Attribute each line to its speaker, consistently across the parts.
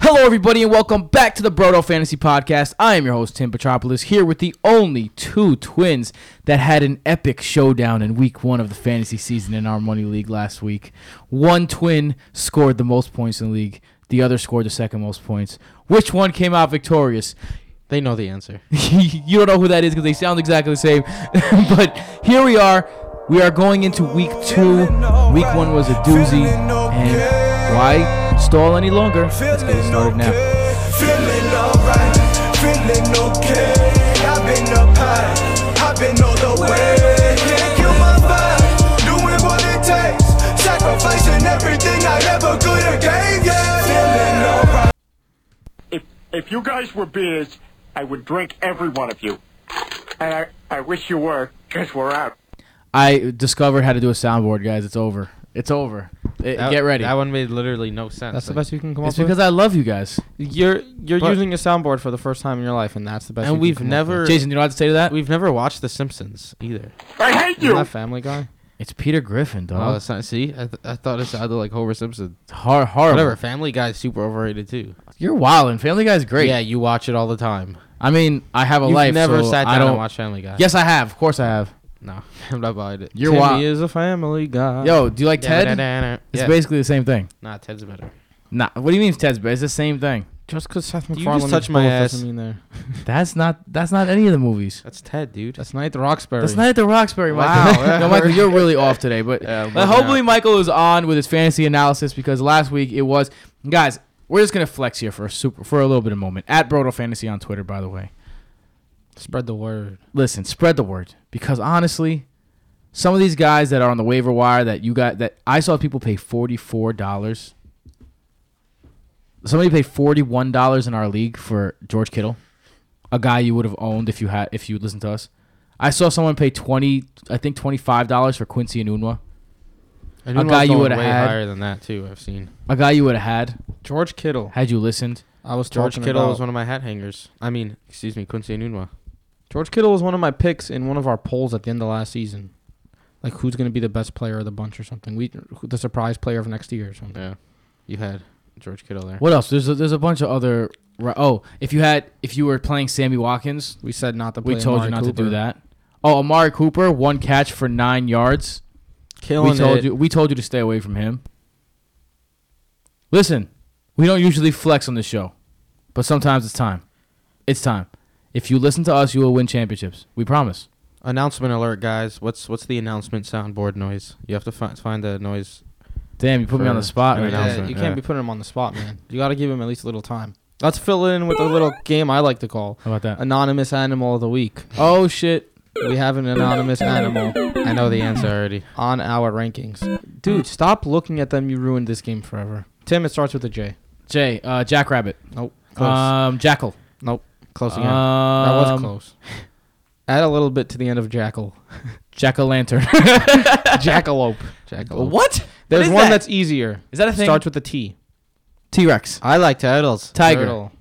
Speaker 1: Hello, everybody, and welcome back to the Brodo Fantasy Podcast. I am your host, Tim Petropoulos, here with the only two twins that had an epic showdown in week one of the fantasy season in our Money League last week. One twin scored the most points in the league, the other scored the second most points. Which one came out victorious?
Speaker 2: They know the answer.
Speaker 1: you don't know who that is because they sound exactly the same. but here we are. We are going into week two. Week one was a doozy. And why stall any longer? Let's get it started now.
Speaker 3: Feeling alright, feeling okay. I've been up high, I've been all the way. Can't kill my vibe, doing what it takes. Sacrificing everything I ever could have gave, yeah. Feeling alright.
Speaker 4: if if you guys were beers, I would drink every one of you. And I, I wish you were, because we're out.
Speaker 1: I discovered how to do a soundboard, guys. It's over. It's over. It-
Speaker 2: That-
Speaker 1: get ready.
Speaker 2: That one made literally no sense.
Speaker 5: That's the
Speaker 2: Like,
Speaker 5: best you can come
Speaker 1: it's
Speaker 5: up
Speaker 1: because I love you guys.
Speaker 5: with. You're you're
Speaker 2: But-
Speaker 5: using a soundboard for the first time in your life, and that's the best. you
Speaker 2: And
Speaker 5: can
Speaker 2: we've
Speaker 5: come up
Speaker 2: never-
Speaker 5: with.
Speaker 1: Jason, you know what to say to that?
Speaker 2: We've never watched The Simpsons either.
Speaker 4: I hate
Speaker 5: Isn't
Speaker 4: you!
Speaker 5: that Family Guy.
Speaker 1: It's Peter Griffin,
Speaker 2: Oh,
Speaker 1: dog.
Speaker 2: that's not, see, I, th- I thought it sounded like Homer Simpson.
Speaker 1: it's hor- horrible.
Speaker 2: Whatever. Family Guy's super overrated too.
Speaker 1: You're wild and Family Guy's great.
Speaker 2: Yeah, you watch it all the time.
Speaker 1: I mean, I have a
Speaker 2: You've
Speaker 1: life.
Speaker 2: never
Speaker 1: so
Speaker 2: sat down
Speaker 1: I don't
Speaker 2: and watched Family Guy.
Speaker 1: Yes, I have. Of course, I have.
Speaker 2: No, I'm not buying it.
Speaker 1: You're
Speaker 5: Timmy
Speaker 1: wild.
Speaker 5: is a Family Guy.
Speaker 1: Yo, do you like Ted?
Speaker 2: Yeah.
Speaker 1: It's basically the same thing.
Speaker 2: Nah, Ted's better.
Speaker 1: Nah, what do you mean Ted's bad? It's the same thing.
Speaker 5: just because Seth
Speaker 2: just
Speaker 5: MacFarlane
Speaker 2: touched
Speaker 5: is
Speaker 2: my
Speaker 5: both
Speaker 2: ass.
Speaker 5: doesn't mean they're-
Speaker 1: That's not. That's not any of the movies.
Speaker 2: That's Ted, dude.
Speaker 5: That's Night Roxbury.
Speaker 1: That's not at the Roxbury,
Speaker 2: Wow,
Speaker 1: Michael.
Speaker 2: that
Speaker 1: no, Michael, you're really off today. But
Speaker 2: Yeah, I'm
Speaker 1: but
Speaker 2: bugging
Speaker 1: hopefully,
Speaker 2: out.
Speaker 1: Michael is on with his fantasy analysis because last week it was guys. We're just gonna flex here for a super for a little bit of a moment at Brodo Fantasy on Twitter. By the way,
Speaker 5: Spread the word.
Speaker 1: listen, spread the word because honestly, some of these guys that are on the waiver wire that you got that I saw people pay forty four dollars. Somebody paid forty one dollars in our league for George Kittle, a guy you would have owned if you had if you listened to us. I saw someone pay twenty, I think twenty five dollars for Quincy Anunwa,
Speaker 2: I
Speaker 1: a guy you would've
Speaker 2: way
Speaker 1: had.
Speaker 2: higher than that too. I've seen
Speaker 1: a guy you would have had
Speaker 5: George Kittle.
Speaker 1: had you listened.
Speaker 5: I was
Speaker 2: George
Speaker 5: talking
Speaker 2: Kittle
Speaker 5: about-
Speaker 2: was one of my hat hangers. I mean, excuse me, Quincy Anunua.
Speaker 5: George Kittle was one of my picks in one of our polls at the end of last season. Like who's going to be the best player of the bunch or something? We who- the surprise player of next year or something.
Speaker 2: Yeah, you had George Kittle there.
Speaker 1: What else? There's a, there's a bunch of other. ri- Oh, if you had if you were playing Sammy Watkins,
Speaker 5: We said not to play.
Speaker 1: We told
Speaker 5: Amari
Speaker 1: you not to do
Speaker 5: Cooper.
Speaker 1: that. Oh, Amari Cooper, one catch for nine yards.
Speaker 2: Killing
Speaker 1: we told
Speaker 2: it.
Speaker 1: you. We told you to stay away from him. Listen, we don't usually flex on this show, but sometimes it's time. It's time. If you listen to us, you will win championships. We promise.
Speaker 2: Announcement alert, guys! What's what's the announcement soundboard noise? You have to find find the noise.
Speaker 1: Damn, you put me on the
Speaker 2: For
Speaker 1: spot
Speaker 2: an
Speaker 1: right now.
Speaker 2: announcement.
Speaker 5: Yeah, you can't
Speaker 2: yeah.
Speaker 5: be putting him on the spot, man. You got to give him at least a little time. Let's fill it in with a little game I like to call
Speaker 1: How about that?
Speaker 5: Anonymous Animal of the Week.
Speaker 1: Oh shit!
Speaker 5: We have an anonymous animal
Speaker 2: I know the answer already.
Speaker 5: on our rankings. Dude, stop looking at them. You ruined this game forever. Tim, it starts with a J.
Speaker 1: Jay, uh, Jackrabbit,
Speaker 5: Nope. Close.
Speaker 1: um, Jackal.
Speaker 5: close
Speaker 1: Um,
Speaker 5: again. that was close. Add a little bit to the end of Jackal.
Speaker 1: Jack o' lantern.
Speaker 5: Jackalope. Jackalope.
Speaker 1: what?
Speaker 5: There's
Speaker 1: is
Speaker 5: one
Speaker 1: that?
Speaker 5: that's easier.
Speaker 1: Is that a thing?
Speaker 5: Starts with a T.
Speaker 1: T Rex.
Speaker 2: I like turtles.
Speaker 1: Tiger.
Speaker 5: Turtle.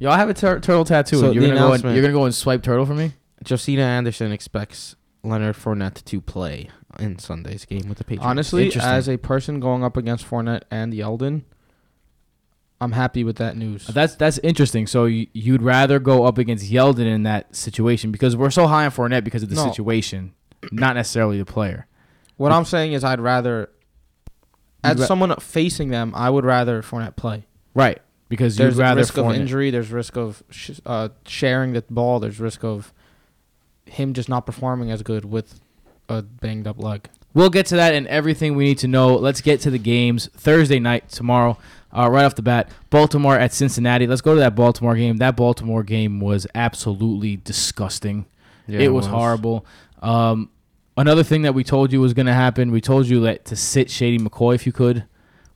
Speaker 1: Y'all have a tur- turtle tattoo.
Speaker 2: So
Speaker 1: and you're
Speaker 2: the
Speaker 1: gonna go. And,
Speaker 2: announcement.
Speaker 1: you're gonna go and swipe turtle for me.
Speaker 2: Josina Anderson expects Leonard Fournette to play in Sunday's game with the Patriots.
Speaker 5: Honestly,
Speaker 1: Interesting.
Speaker 5: as a person going up against Fournette and Yeldon, I'm happy with that news.
Speaker 1: That's that's interesting. So you, you'd rather go up against Yeldon in that situation because we're so high on Fournette because of the
Speaker 5: No.
Speaker 1: situation, not necessarily the player.
Speaker 5: What I'm saying is, I'd rather, as
Speaker 1: ra-
Speaker 5: someone facing them, I would rather Fournette play.
Speaker 1: Right. Because
Speaker 5: There's
Speaker 1: you'd rather
Speaker 5: risk
Speaker 1: Fournette.
Speaker 5: of injury. There's risk of sh- uh, sharing the ball. There's risk of him just not performing as good with a banged up leg.
Speaker 1: We'll get to that and everything we need to know. Let's get to the games Thursday night tomorrow. Uh, right off the bat, Baltimore at Cincinnati. Let's go to that Baltimore game. That Baltimore game was absolutely disgusting.
Speaker 2: Yeah,
Speaker 1: it
Speaker 2: it
Speaker 1: was,
Speaker 2: was.
Speaker 1: horrible. Um, another thing that we told you was going to happen. We told you that to sit Shady McCoy if you could.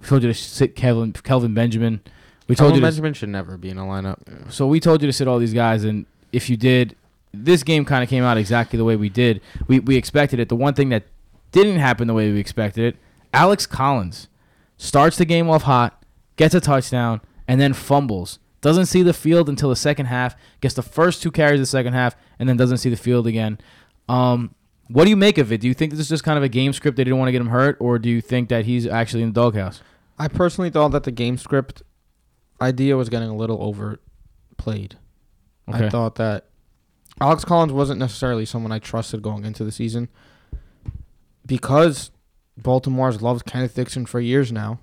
Speaker 1: We told you to sit Kelvin Kelvin Benjamin. We told
Speaker 2: Kelvin
Speaker 1: you to
Speaker 2: Benjamin should never be in a lineup.
Speaker 1: so we told you to sit all these guys, and if you did, this game kind of came out exactly the way we did. We we expected it. The one thing that didn't happen the way we expected it, Alex Collins starts the game off hot, gets a touchdown, and then fumbles. Doesn't see the field until the second half. Gets the first two carries of the second half, and then doesn't see the field again. Um, what do you make of it? Do you think this is just kind of a game script? They didn't want to get him hurt, or do you think that he's actually in the doghouse?
Speaker 5: I personally thought that the game script idea was getting a little overplayed.
Speaker 1: Okay.
Speaker 5: I thought that Alex Collins wasn't necessarily someone I trusted going into the season because Baltimore's loved Kenneth Dixon for years now.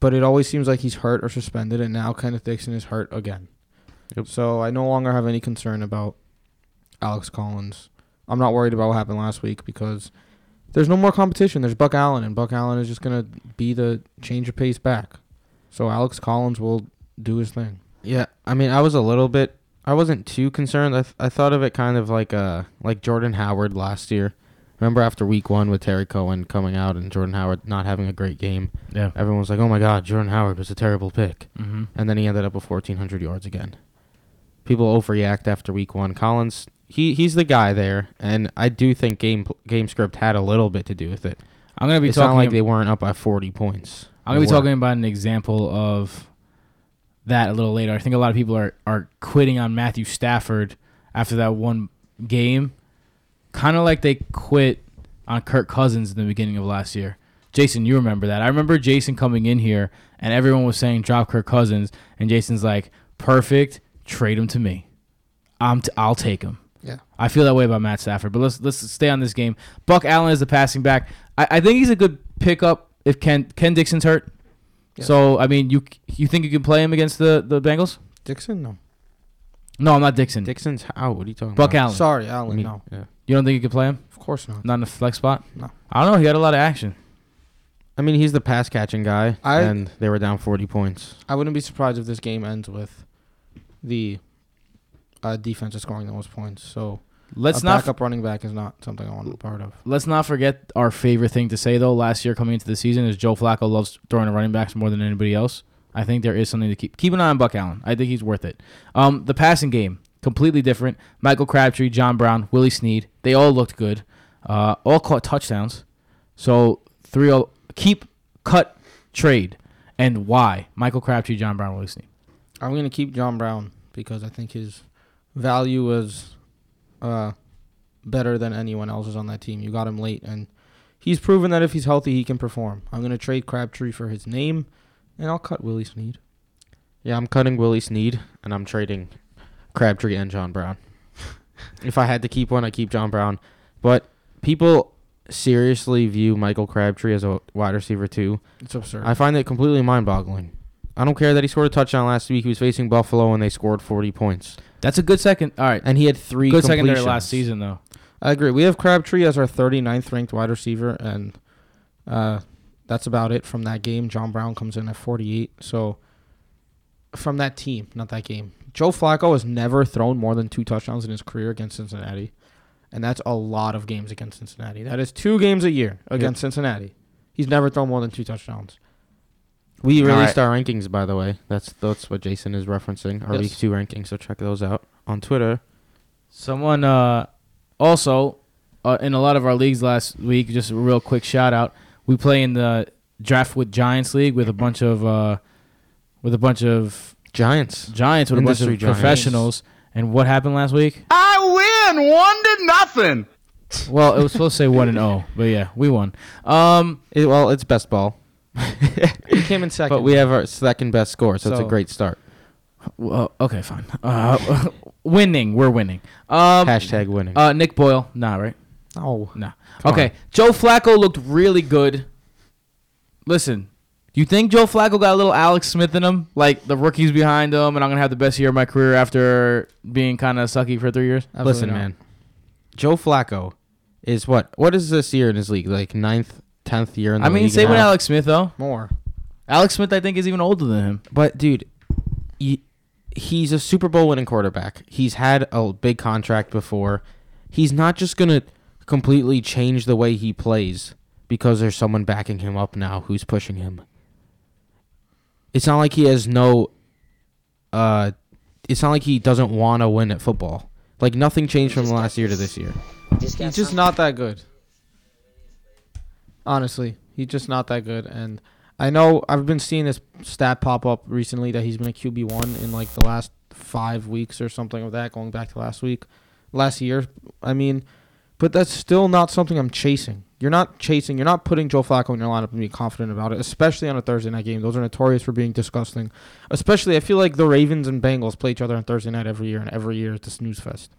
Speaker 5: But it always seems like he's hurt or suspended, and now Kenneth Dixon is hurt again.
Speaker 2: Yep.
Speaker 5: So I no longer have any concern about Alex Collins. I'm not worried about what happened last week because there's no more competition. There's Buck Allen, and Buck Allen is just gonna be the change of pace back. So Alex Collins will do his thing.
Speaker 2: Yeah, I mean, I was a little bit. I wasn't too concerned. I, th- I thought of it kind of like uh like Jordan Howard last year. Remember after week one with Terry Cohen coming out and Jordan Howard not having a great game,
Speaker 1: Yeah.
Speaker 2: everyone was like, "Oh my God, Jordan Howard was a terrible pick,"
Speaker 1: Mm-hmm.
Speaker 2: and then he ended up with 1,400 yards again. People overreact after week one. Collins, he he's the guy there, and I do think game pl- game script had a little bit to do with it.
Speaker 1: I'm gonna be
Speaker 2: It's
Speaker 1: talking.
Speaker 2: not like they weren't up by 40 points.
Speaker 1: I'm gonna be
Speaker 2: They were.
Speaker 1: talking about an example of that a little later. I think a lot of people are are quitting on Matthew Stafford after that one game, kind of like they quit on Kirk Cousins in the beginning of last year. Jason, you remember that? I remember Jason coming in here and everyone was saying drop Kirk Cousins, and Jason's like, "Perfect, trade him to me. I'm t- I'll take him."
Speaker 5: Yeah.
Speaker 1: I feel that way about Matt Stafford, but let's let's stay on this game. Buck Allen is the passing back. I, I think he's a good pickup if Ken Ken Dixon's hurt. So I mean, you you think you can play him against the the Bengals?
Speaker 5: Dixon, no.
Speaker 1: No, I'm not Dixon.
Speaker 2: Dixon's how? What are you talking
Speaker 1: Buck
Speaker 2: about?
Speaker 1: Allen.
Speaker 5: Sorry,
Speaker 2: I
Speaker 5: Allen,
Speaker 2: mean,
Speaker 5: no.
Speaker 2: Yeah.
Speaker 1: You don't think you can play him?
Speaker 5: Of course not.
Speaker 1: Not in the flex spot?
Speaker 5: No.
Speaker 1: I don't know. He had a lot of action.
Speaker 2: I mean, he's the pass catching guy,
Speaker 5: I-
Speaker 2: and they were down 40 points.
Speaker 5: I wouldn't be surprised if this game ends with the uh, defense is scoring the most points. So
Speaker 1: Let's
Speaker 5: a
Speaker 1: not
Speaker 5: backup running back is not something I want to be part of.
Speaker 1: let's not forget our favorite thing to say though. Last year coming into the season is Joe Flacco loves throwing to running backs more than anybody else. I think there is something to keep keep an eye on Buck Allen. I think he's worth it. Um, the passing game completely different. Michael Crabtree, John Brown, Willie Snead, they all looked good. Uh, all caught touchdowns. So three all keep cut trade and why Michael Crabtree, John Brown, Willie Snead.
Speaker 5: I'm gonna keep John Brown because I think his value was uh, better than anyone else's on that team. You got him late, and he's proven that if he's healthy, he can perform. I'm gonna trade Crabtree for his name, and I'll cut Willie Snead.
Speaker 2: Yeah, I'm cutting Willie Snead, and I'm trading Crabtree and John Brown. if I had to keep one, I keep John Brown. But people seriously view Michael Crabtree as a wide receiver too.
Speaker 5: It's absurd.
Speaker 2: I find it completely mind-boggling. I don't care that he scored a touchdown last week. He was facing Buffalo, and they scored 40 points,
Speaker 1: That's a good second. All right,
Speaker 2: and he had three.
Speaker 1: good secondary last
Speaker 2: completions.
Speaker 1: season though.
Speaker 5: I agree. We have Crabtree as our 39th ranked wide receiver, and uh, that's about it from that game. John Brown comes in at 48. So from that team, not that game. Joe Flacco has never thrown more than two touchdowns in his career against Cincinnati, and that's a lot of games against Cincinnati. That is two games a year against Cincinnati. He's never thrown more than two touchdowns.
Speaker 2: We
Speaker 4: All
Speaker 2: released our rankings, by the way. That's that's what Jason is referencing. Our
Speaker 5: Yes.
Speaker 2: week two rankings. So check those out on Twitter.
Speaker 1: Someone uh, also uh, in a lot of our leagues last week. Just a real quick shout out. We play in the draft with Giants league with a bunch of uh, with a bunch of
Speaker 2: Giants.
Speaker 1: Giants with a
Speaker 2: Industry
Speaker 1: bunch of
Speaker 2: Giants.
Speaker 1: professionals. And what happened last week?
Speaker 6: I win one to nothing.
Speaker 1: Well, it was supposed to say one and zero, but yeah, we won. Um,
Speaker 2: It- well, it's best ball,
Speaker 5: He came in second.
Speaker 2: but we have our second best score, so, it's a
Speaker 5: So-
Speaker 2: great start.
Speaker 1: well, okay, fine. Uh, winning, we're winning. Um,
Speaker 2: Hashtag winning.
Speaker 1: uh, Nick Boyle, nah, right?
Speaker 5: oh,
Speaker 1: Nah. okay. Joe Flacco looked really good. Listen, do you think Joe Flacco got a little Alex Smith in him? Like the rookies behind him, and I'm gonna have the best year of my career after being kind of sucky for three years.
Speaker 5: absolutely
Speaker 2: Listen,
Speaker 5: not.
Speaker 2: man. Joe Flacco is what? What is this year in his league? Like ninth, tenth year in the
Speaker 1: I mean,
Speaker 2: league
Speaker 1: same with
Speaker 2: now.
Speaker 1: Alex Smith though.
Speaker 5: More.
Speaker 1: Alex Smith, I think, is even older than him.
Speaker 2: But dude, he, he's a Super Bowl winning quarterback. He's had a big contract before. He's not just gonna completely change the way he plays because there's someone backing him up now who's pushing him. It's not like he has no. Uh, it's not like he doesn't want to win at football. Like nothing changed from last year to this year.
Speaker 5: He's just not that good. Honestly, he's just not that good. And I know I've been seeing this stat pop up recently that he's been a QB one in like the last five weeks or something of that, going back to last week, last year. I mean, But that's still not something I'm chasing. You're not chasing. You're not putting Joe Flacco in your lineup and be confident about it, especially on a Thursday night game. Those are notorious for being disgusting. Especially, I feel like the Ravens and Bengals play each other on Thursday night every year, and every year it's a snooze fest.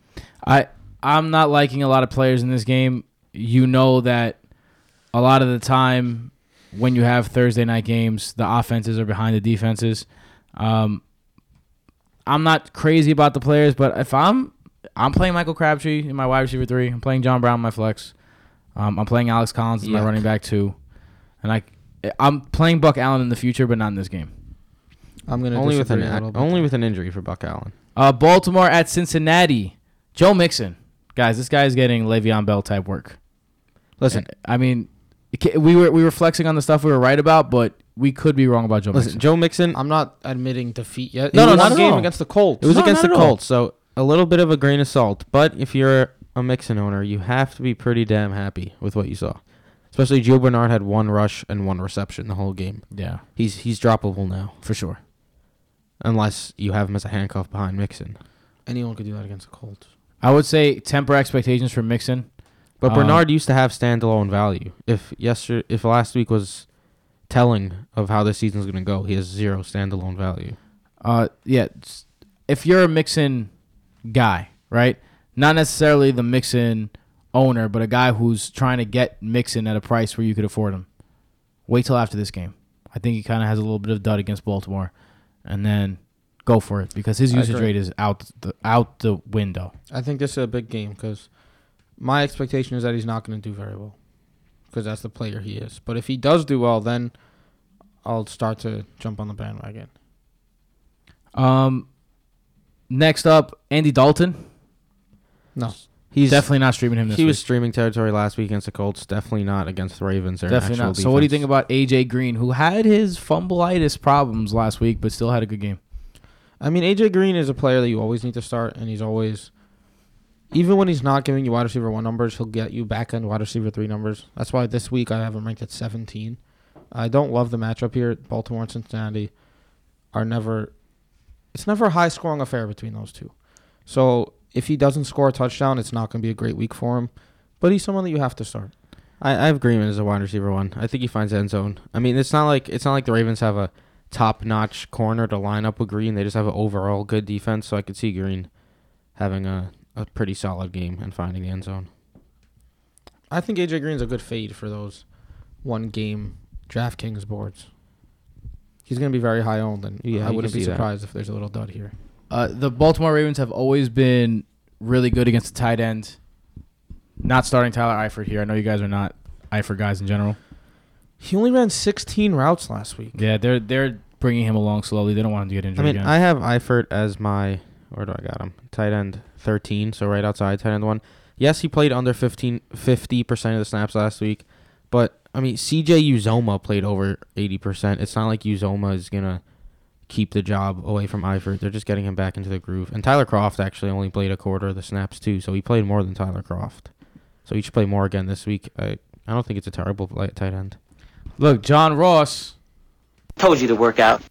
Speaker 1: I I'm not liking a lot of players in this game. You know that a lot of the time when you have Thursday night games, the offenses are behind the defenses. Um, I'm not crazy about the players, but if I'm I'm playing Michael Crabtree in my wide receiver three, I'm playing John Brown in my flex, um, I'm playing Alex Collins as my
Speaker 2: Yuck.
Speaker 1: running back two, and I I'm playing Buck Allen in the future, but not in this game.
Speaker 5: I'm gonna
Speaker 2: Only with an
Speaker 5: disagree a little bit
Speaker 2: only
Speaker 5: there.
Speaker 2: with an injury for Buck Allen.
Speaker 1: Uh, Baltimore at Cincinnati. Joe Mixon, guys, this guy is getting Le'Veon Bell type work.
Speaker 2: Listen,
Speaker 1: I mean, it ca- we were we were flexing on the stuff we were right about, but we could be wrong about Joe
Speaker 2: listen,
Speaker 1: Mixon.
Speaker 2: Joe Mixon.
Speaker 5: I'm not admitting defeat yet.
Speaker 2: No,
Speaker 5: It
Speaker 2: no,
Speaker 5: was
Speaker 2: not
Speaker 5: one
Speaker 2: at
Speaker 5: game
Speaker 2: all.
Speaker 5: against the Colts.
Speaker 2: It was
Speaker 1: No,
Speaker 2: against
Speaker 1: not
Speaker 2: the
Speaker 1: at all.
Speaker 2: Colts, so a little bit of a grain of salt. But if you're a Mixon owner, you have to be pretty damn happy with what you saw. Especially Joe Bernard had one rush and one reception the whole game.
Speaker 1: yeah,
Speaker 2: He's he's droppable now,
Speaker 1: for sure.
Speaker 2: unless you have him as a handcuff behind Mixon.
Speaker 5: Anyone could do that against the Colts.
Speaker 1: I would say temper expectations for Mixon.
Speaker 2: But
Speaker 1: Um,
Speaker 2: Bernard used to have standalone value. If yesterday, if last week was telling of how this season's going to go, he has zero standalone value.
Speaker 1: Uh, yeah, s- if you're a Mixon guy, right? Not necessarily the Mixon owner, but a guy who's trying to get Mixon at a price where you could afford him. Wait till after this game. I think he kind of has a little bit of dud against Baltimore, and then go for it because his
Speaker 5: I
Speaker 1: usage
Speaker 5: agree.
Speaker 1: rate is out the out the window.
Speaker 5: I think this is a big game because my expectation is that he's not going to do very well because that's the player he is. But if he does do well, then I'll start to jump on the bandwagon.
Speaker 1: Um, next up, Andy Dalton.
Speaker 5: No,
Speaker 2: He's
Speaker 1: Definitely not streaming him this
Speaker 2: he
Speaker 1: week.
Speaker 2: was streaming territory last week against the Colts. Definitely not against the Ravens. They're an
Speaker 1: Definitely
Speaker 2: actual
Speaker 1: not. So, what do you
Speaker 2: defense.
Speaker 1: think about AJ Green, who had his fumbleitis problems last week, but still had a good game?
Speaker 5: I mean AJ Green is a player that you always need to start, and he's always even when he's not giving you wide receiver one numbers, he'll get you back end wide receiver three numbers. That's why this week I have him ranked at 17. I don't love the matchup here. Baltimore and Cincinnati are never. It's never a high scoring affair between those two. So if he doesn't score a touchdown, it's not going to be a great week for him. But he's someone that you have to start.
Speaker 2: I, I have Greenman as a wide receiver one. I think he finds end zone. I mean, it's not like it's not like the Ravens have a top notch corner to line up with Green. They just have an overall good defense. So I could see Green having a, a pretty solid game and finding the end zone.
Speaker 5: I think AJ Green's a good fade for those one game DraftKings boards. He's going to be very high owned, and
Speaker 2: Yeah, you
Speaker 5: I
Speaker 2: can
Speaker 5: wouldn't be
Speaker 2: see that.
Speaker 5: surprised if there's a little dud here.
Speaker 1: Uh, the Baltimore Ravens have always been really good against the tight end. Not starting Tyler Eifert here. I know you guys are not Eifert guys in general.
Speaker 5: He only ran 16 routes last week.
Speaker 1: Yeah, they're they're bringing him along slowly. They don't want him to get
Speaker 2: I
Speaker 1: injured
Speaker 2: mean,
Speaker 1: again.
Speaker 2: I have Eifert as my where do I got him? Tight end thirteen, so right outside tight end one. Yes, he played under 50 percent of the snaps last week, but I mean CJ Uzoma played over eighty percent. It's not like Uzoma is gonna keep the job away from Eifert. They're just getting him back into the groove. And Tyler Croft actually only played a quarter of the snaps too, so he played more than Tyler Croft. So he should play more again this week. I I don't think it's a terrible play at tight end.
Speaker 1: Look, John Ross.
Speaker 7: Told you to work out.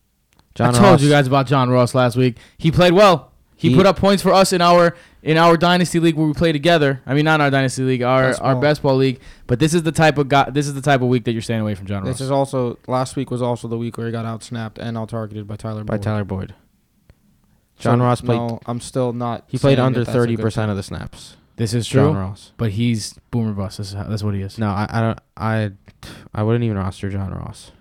Speaker 2: John
Speaker 1: I told
Speaker 2: Ross-
Speaker 1: you guys about John Ross last week. He played well. He,
Speaker 2: He-
Speaker 1: put up points for us in our in our dynasty league where we play together. I mean, not in our dynasty league, our
Speaker 5: Best
Speaker 1: our
Speaker 5: ball.
Speaker 1: best ball league. But this is the type of guy. This is the type of week that you're staying away from John Ross.
Speaker 5: This is also last week was also the week where he got out snapped and out targeted by Tyler.
Speaker 2: by
Speaker 5: Boyd.
Speaker 2: Tyler Boyd. John Ross played
Speaker 5: No, I'm still not.
Speaker 2: He played
Speaker 5: saying
Speaker 2: under
Speaker 5: that that's a
Speaker 2: thirty
Speaker 5: good
Speaker 2: percent of the snaps.
Speaker 1: this is
Speaker 2: John
Speaker 1: true.
Speaker 2: Ross.
Speaker 1: But he's boomer bust. That's, how, that's what he is.
Speaker 2: No, I, I don't. I I wouldn't even roster John Ross.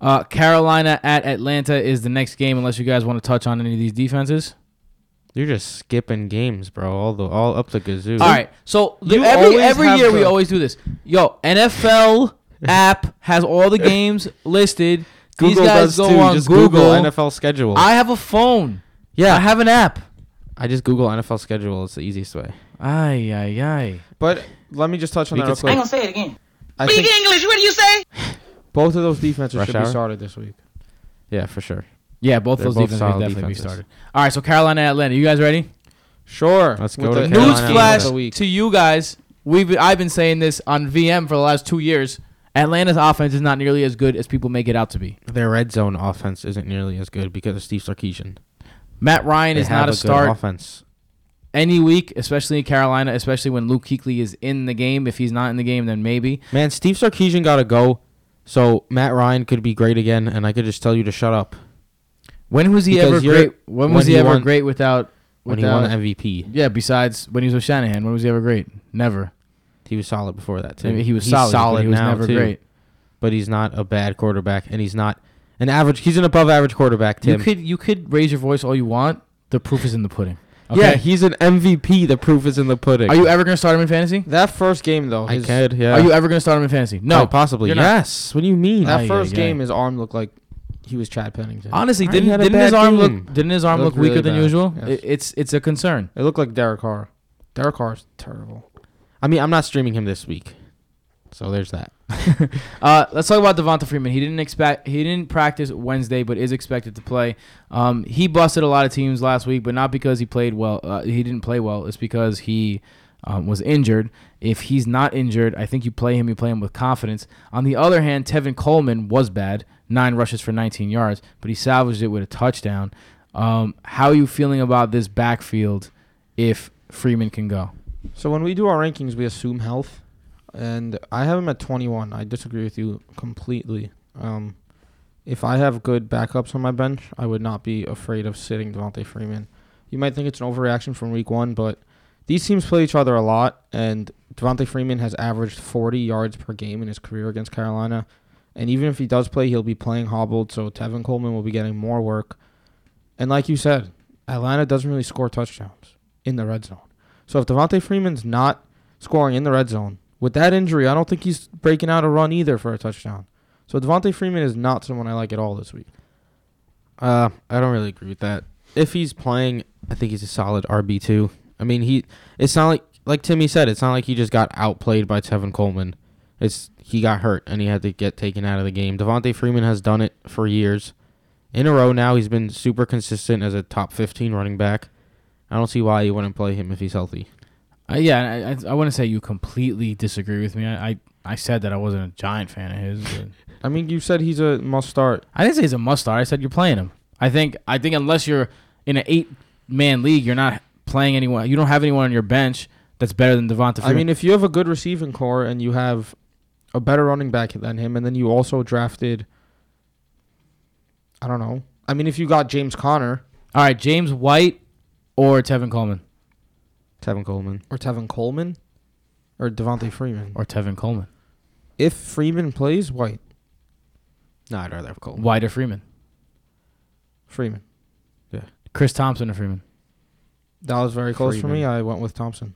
Speaker 1: Uh, Carolina at Atlanta is the next game, unless you guys want to touch on any of these defenses.
Speaker 2: You're just skipping games, bro. All the all up the gazoo.
Speaker 1: All right. So the-
Speaker 5: You
Speaker 1: every
Speaker 5: always
Speaker 1: every
Speaker 5: have
Speaker 1: year we
Speaker 5: the-
Speaker 1: always do this. Yo, NFL app has all the games listed. These
Speaker 2: Google
Speaker 1: guys
Speaker 2: does
Speaker 1: go
Speaker 2: too.
Speaker 1: on
Speaker 2: just
Speaker 1: Google.
Speaker 2: Google, NFL schedule.
Speaker 1: I
Speaker 2: I,
Speaker 1: have a phone. Yeah, I have an app.
Speaker 2: just Google NFL schedule. It's the easiest way.
Speaker 1: Ay ay ay.
Speaker 5: pick. But let me just touch on
Speaker 2: We
Speaker 5: that
Speaker 2: could
Speaker 5: real
Speaker 2: skip-
Speaker 5: quick.
Speaker 2: I
Speaker 7: gonna say it again.
Speaker 5: I think
Speaker 7: English. What do you say?
Speaker 5: both of those defenses
Speaker 2: Rush
Speaker 5: should
Speaker 2: hour?
Speaker 5: be started this week.
Speaker 2: Yeah, for sure.
Speaker 1: Yeah, both
Speaker 2: They're
Speaker 1: those
Speaker 2: both
Speaker 1: defenses could
Speaker 2: solid
Speaker 1: definitely be
Speaker 2: defenses.
Speaker 1: started. All right. So Carolina Atlanta. You guys ready?
Speaker 5: Sure.
Speaker 2: Let's
Speaker 5: With
Speaker 2: go to
Speaker 5: the
Speaker 2: Carolina
Speaker 5: news
Speaker 2: Atlanta.
Speaker 5: flash of the
Speaker 1: Newsflash
Speaker 5: week.
Speaker 1: to you guys. We've been- I've been saying this on VM for the last two years. Atlanta's offense is not nearly as good as people make it out to be.
Speaker 2: Their red zone offense isn't nearly as good because of Steve Sarkisian.
Speaker 1: Matt Ryan
Speaker 2: They
Speaker 1: is not
Speaker 2: have
Speaker 1: a,
Speaker 2: good
Speaker 1: start
Speaker 2: offense.
Speaker 1: any week, especially in Carolina, especially when Luke Kuechly is in the game. If he's not in the game, then maybe.
Speaker 2: Man, Steve Sarkeesian got to go, so Matt Ryan could be great again, and I could just tell you to shut up
Speaker 1: When was he
Speaker 2: Because
Speaker 1: ever
Speaker 2: you're-
Speaker 1: great? When
Speaker 2: when
Speaker 1: was he,
Speaker 2: he
Speaker 1: ever
Speaker 2: won-
Speaker 1: great without?
Speaker 2: when
Speaker 1: without
Speaker 2: he won the MVP.
Speaker 1: yeah, besides when he was with Shanahan, when was he ever great? Never.
Speaker 2: He was solid before that
Speaker 1: I
Speaker 2: too.
Speaker 1: mean, he was solid, but he was never great.
Speaker 2: But he's not a bad quarterback, and he's not an average. He's an above average quarterback, Tim.
Speaker 1: You could you could raise your voice all you want. The proof is in the pudding.
Speaker 2: Yeah, he's an MVP. The proof is in the pudding.
Speaker 1: Are you ever gonna start him in fantasy?
Speaker 5: That first game though,
Speaker 2: I
Speaker 5: his,
Speaker 2: could. Yeah.
Speaker 1: Are you ever gonna start him in fantasy? No,
Speaker 2: Oh, possibly.
Speaker 1: You're not.
Speaker 2: Yes. What do you mean?
Speaker 5: that
Speaker 1: Ay,
Speaker 5: first
Speaker 1: ay, ay.
Speaker 5: game, his arm looked like he was Chad Pennington.
Speaker 1: Honestly,
Speaker 2: Right, he
Speaker 1: didn't
Speaker 2: had a
Speaker 1: didn't his
Speaker 2: bad
Speaker 1: arm
Speaker 2: game.
Speaker 1: look didn't his arm
Speaker 5: It
Speaker 1: look
Speaker 5: looked
Speaker 1: weaker
Speaker 5: really
Speaker 1: than
Speaker 5: bad,
Speaker 1: usual?
Speaker 5: yes.
Speaker 1: It- it's it's a concern.
Speaker 5: it looked like Derek Carr. Derek Carr's terrible.
Speaker 2: I mean, I'm not streaming him this week, so there's that.
Speaker 1: Uh, let's talk about Devonta Freeman. He didn't expect he didn't practice Wednesday, but is expected to play. Um, he busted a lot of teams last week, but not because he played well. Uh, he didn't play well. It's because he um, was injured. If he's not injured, I think you play him. You play him with confidence. On the other hand, Tevin Coleman was bad. Nine rushes for 19 yards, but he salvaged it with a touchdown. Um, how are you feeling about this backfield if Freeman can go?
Speaker 5: So when we do our rankings, we assume health, and I have him at 21. I disagree with you completely. Um, if I have good backups on my bench, I would not be afraid of sitting Devontae Freeman. You might think it's an overreaction from week one, but these teams play each other a lot, and Devontae Freeman has averaged 40 yards per game in his career against Carolina. And even if he does play, he'll be playing hobbled, so Tevin Coleman will be getting more work. And like you said, Atlanta doesn't really score touchdowns in the red zone. So if Devontae Freeman's not scoring in the red zone, with that injury, I don't think he's breaking out a run either for a touchdown. So Devontae Freeman is not someone I like at all this week.
Speaker 2: Uh, I don't really agree with that. If he's playing, I think he's a solid RB two. I mean, he. It's not like like Timmy said. It's not like he just got outplayed by Tevin Coleman. It's he got hurt and he had to get taken out of the game. Devontae Freeman has done it for years in a row. Now he's been super consistent as a top fifteen running back. I don't see why you wouldn't play him if he's healthy.
Speaker 1: Uh, yeah, I, I, I wouldn't say you completely disagree with me. I, I, I said that I wasn't a giant fan of his. But
Speaker 5: I mean, you said he's a must start.
Speaker 1: I didn't say he's a must start. I said you're playing him. I think I think unless you're in an eight man league, you're not playing anyone. You don't have anyone on your bench that's better than Devonta.
Speaker 5: I
Speaker 1: Freeman.
Speaker 5: mean, if you have a good receiving core and you have a better running back than him, and then you also drafted, I don't know. I mean, if you got James Conner
Speaker 1: all right, James White or Tevin Coleman
Speaker 2: Tevin Coleman.
Speaker 5: or Tevin Coleman or Devontae Freeman,
Speaker 1: or Tevin Coleman,
Speaker 5: if Freeman plays, White
Speaker 2: No, I'd rather have Coleman.
Speaker 1: White or Freeman,
Speaker 5: Freeman.
Speaker 1: Chris Thompson or Freeman.
Speaker 5: That was very close for me.
Speaker 2: Freeman.
Speaker 5: I went with Thompson.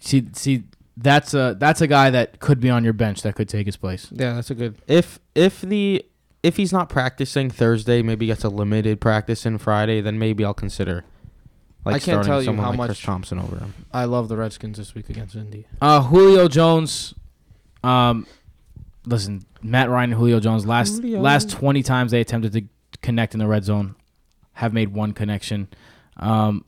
Speaker 1: See, see, that's a that's a guy that could be on your bench that could take his place.
Speaker 5: Yeah, that's a good.
Speaker 2: If if the if he's not practicing Thursday, maybe gets a limited practice in Friday, then maybe I'll consider like
Speaker 5: I can't
Speaker 2: starting
Speaker 5: tell you
Speaker 2: someone
Speaker 5: how
Speaker 2: like Chris
Speaker 5: much-
Speaker 2: Thompson over him.
Speaker 5: I love the Redskins this week against Indy.
Speaker 1: Uh, Julio Jones. Um, listen, Matt Ryan and Julio Jones last
Speaker 5: Julio.
Speaker 1: last twenty times they attempted to connect in the red zone, have made one connection. Um,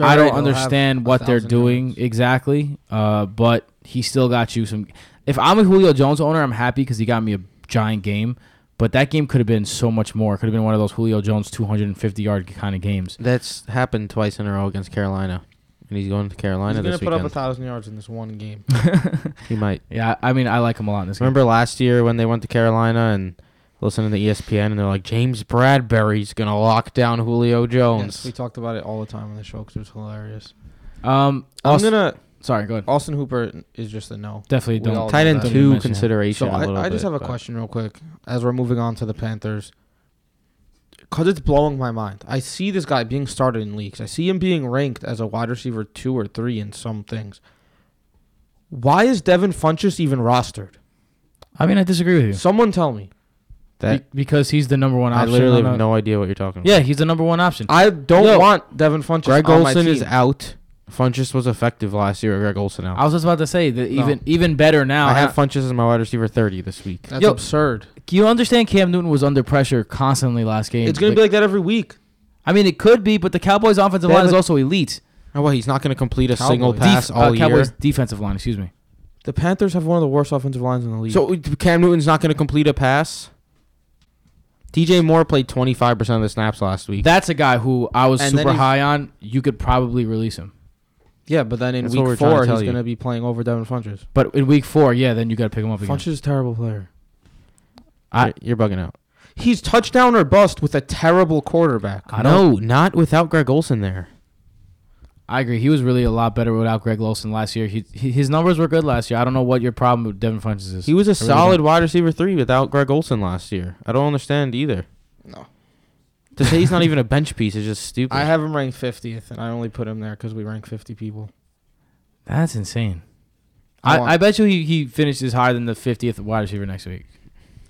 Speaker 1: I don't understand what they're doing exactly. Uh, but he still got you some. If I'm a Julio Jones owner, I'm happy because he got me a giant game. But that game could have been so much more. Could have been one of those Julio Jones 250 yard kind of games.
Speaker 2: That's happened twice in a row against Carolina, and he's going to Carolina
Speaker 5: He's gonna
Speaker 2: this
Speaker 5: put
Speaker 2: weekend.
Speaker 5: up a thousand yards in this one game.
Speaker 2: he might.
Speaker 1: Yeah, I mean, I like him a lot in this game.
Speaker 2: Remember last year when they went to Carolina and listening to E ESPN, and they're like James Bradbury's gonna lock down Julio
Speaker 5: Yes,
Speaker 2: Jones.
Speaker 5: we talked about it all the time on the show because it was hilarious.
Speaker 1: Um,
Speaker 5: I'm
Speaker 1: Austin-
Speaker 5: gonna
Speaker 1: sorry, go ahead.
Speaker 5: Austin Hooper is just a no.
Speaker 1: Definitely
Speaker 5: We
Speaker 1: don't.
Speaker 5: all
Speaker 2: Tight
Speaker 5: know
Speaker 2: end
Speaker 5: that.
Speaker 1: Don't even
Speaker 2: two
Speaker 1: mention it.
Speaker 2: consideration.
Speaker 5: So
Speaker 2: a little
Speaker 5: I, I just have
Speaker 2: bit,
Speaker 5: a
Speaker 2: but-
Speaker 5: question real quick as we're moving on to the Panthers. Cause it's blowing my mind. I see this guy being started in leagues. I see him being ranked as a wide receiver two or three in some things. Why is Devin Funchess even rostered?
Speaker 1: I mean, I disagree with you.
Speaker 5: Someone tell me.
Speaker 2: That
Speaker 1: Be- because he's the number one
Speaker 2: I
Speaker 1: option.
Speaker 2: literally
Speaker 1: on
Speaker 2: have
Speaker 1: a-
Speaker 2: no idea what you're talking about.
Speaker 1: Yeah, he's the number one option.
Speaker 5: I don't
Speaker 1: Yo,
Speaker 5: want Devin Funchess.
Speaker 2: Greg
Speaker 5: on my
Speaker 2: Olson is
Speaker 5: team.
Speaker 2: out. Funches was effective last year. Greg Olson out.
Speaker 1: I was just about to say that
Speaker 5: No.
Speaker 1: even even better now.
Speaker 2: I have Funches as my wide receiver 30 this week.
Speaker 5: That's
Speaker 1: Yo,
Speaker 5: absurd.
Speaker 1: you understand Cam Newton was under pressure constantly last game.
Speaker 5: It's gonna be like that every week.
Speaker 1: I mean, it could be, but the Cowboys' offensive
Speaker 2: Yeah,
Speaker 1: line is
Speaker 2: but-
Speaker 1: also elite.
Speaker 2: Oh, well, he's not going to complete a
Speaker 5: Cowboys.
Speaker 2: single
Speaker 5: Def-
Speaker 2: pass
Speaker 1: Def- uh,
Speaker 2: all year.
Speaker 1: Cowboys' defensive line, excuse me.
Speaker 5: The
Speaker 2: uh,
Speaker 5: Panthers have one of the worst offensive lines in the league.
Speaker 2: So Cam Newton's not going to complete a pass. DJ Moore played 25% of the snaps last week.
Speaker 1: That's a guy who I was
Speaker 5: And then
Speaker 1: super
Speaker 5: he's-
Speaker 1: high on. You could probably release him.
Speaker 5: Yeah, but then in
Speaker 2: That's what we're
Speaker 5: week
Speaker 2: trying to
Speaker 5: four
Speaker 2: tell
Speaker 5: he's
Speaker 2: you.
Speaker 5: gonna be playing over Devin Funches.
Speaker 1: But in week four, yeah, then you got to pick him up again.
Speaker 5: Funches is a terrible player.
Speaker 2: I, you're bugging out.
Speaker 5: He's touchdown or bust with a terrible quarterback.
Speaker 1: I
Speaker 2: no,
Speaker 1: don't-
Speaker 2: not without Greg Olson there.
Speaker 1: I agree. He was really a lot better without Greg Olson last year. He, he- his numbers were good last year. I don't know what your problem with Devin Funches is.
Speaker 2: He was a
Speaker 1: I really don't.
Speaker 2: solid wide receiver three without Greg Olson last year. I don't understand either.
Speaker 5: No.
Speaker 2: To say he's not even a bench piece is just stupid.
Speaker 5: I have him ranked 50th, and I only put him there because we rank 50 people.
Speaker 1: That's insane.
Speaker 5: I
Speaker 1: I,
Speaker 5: want-
Speaker 1: I bet you he, he finishes higher than the 50th wide receiver next week.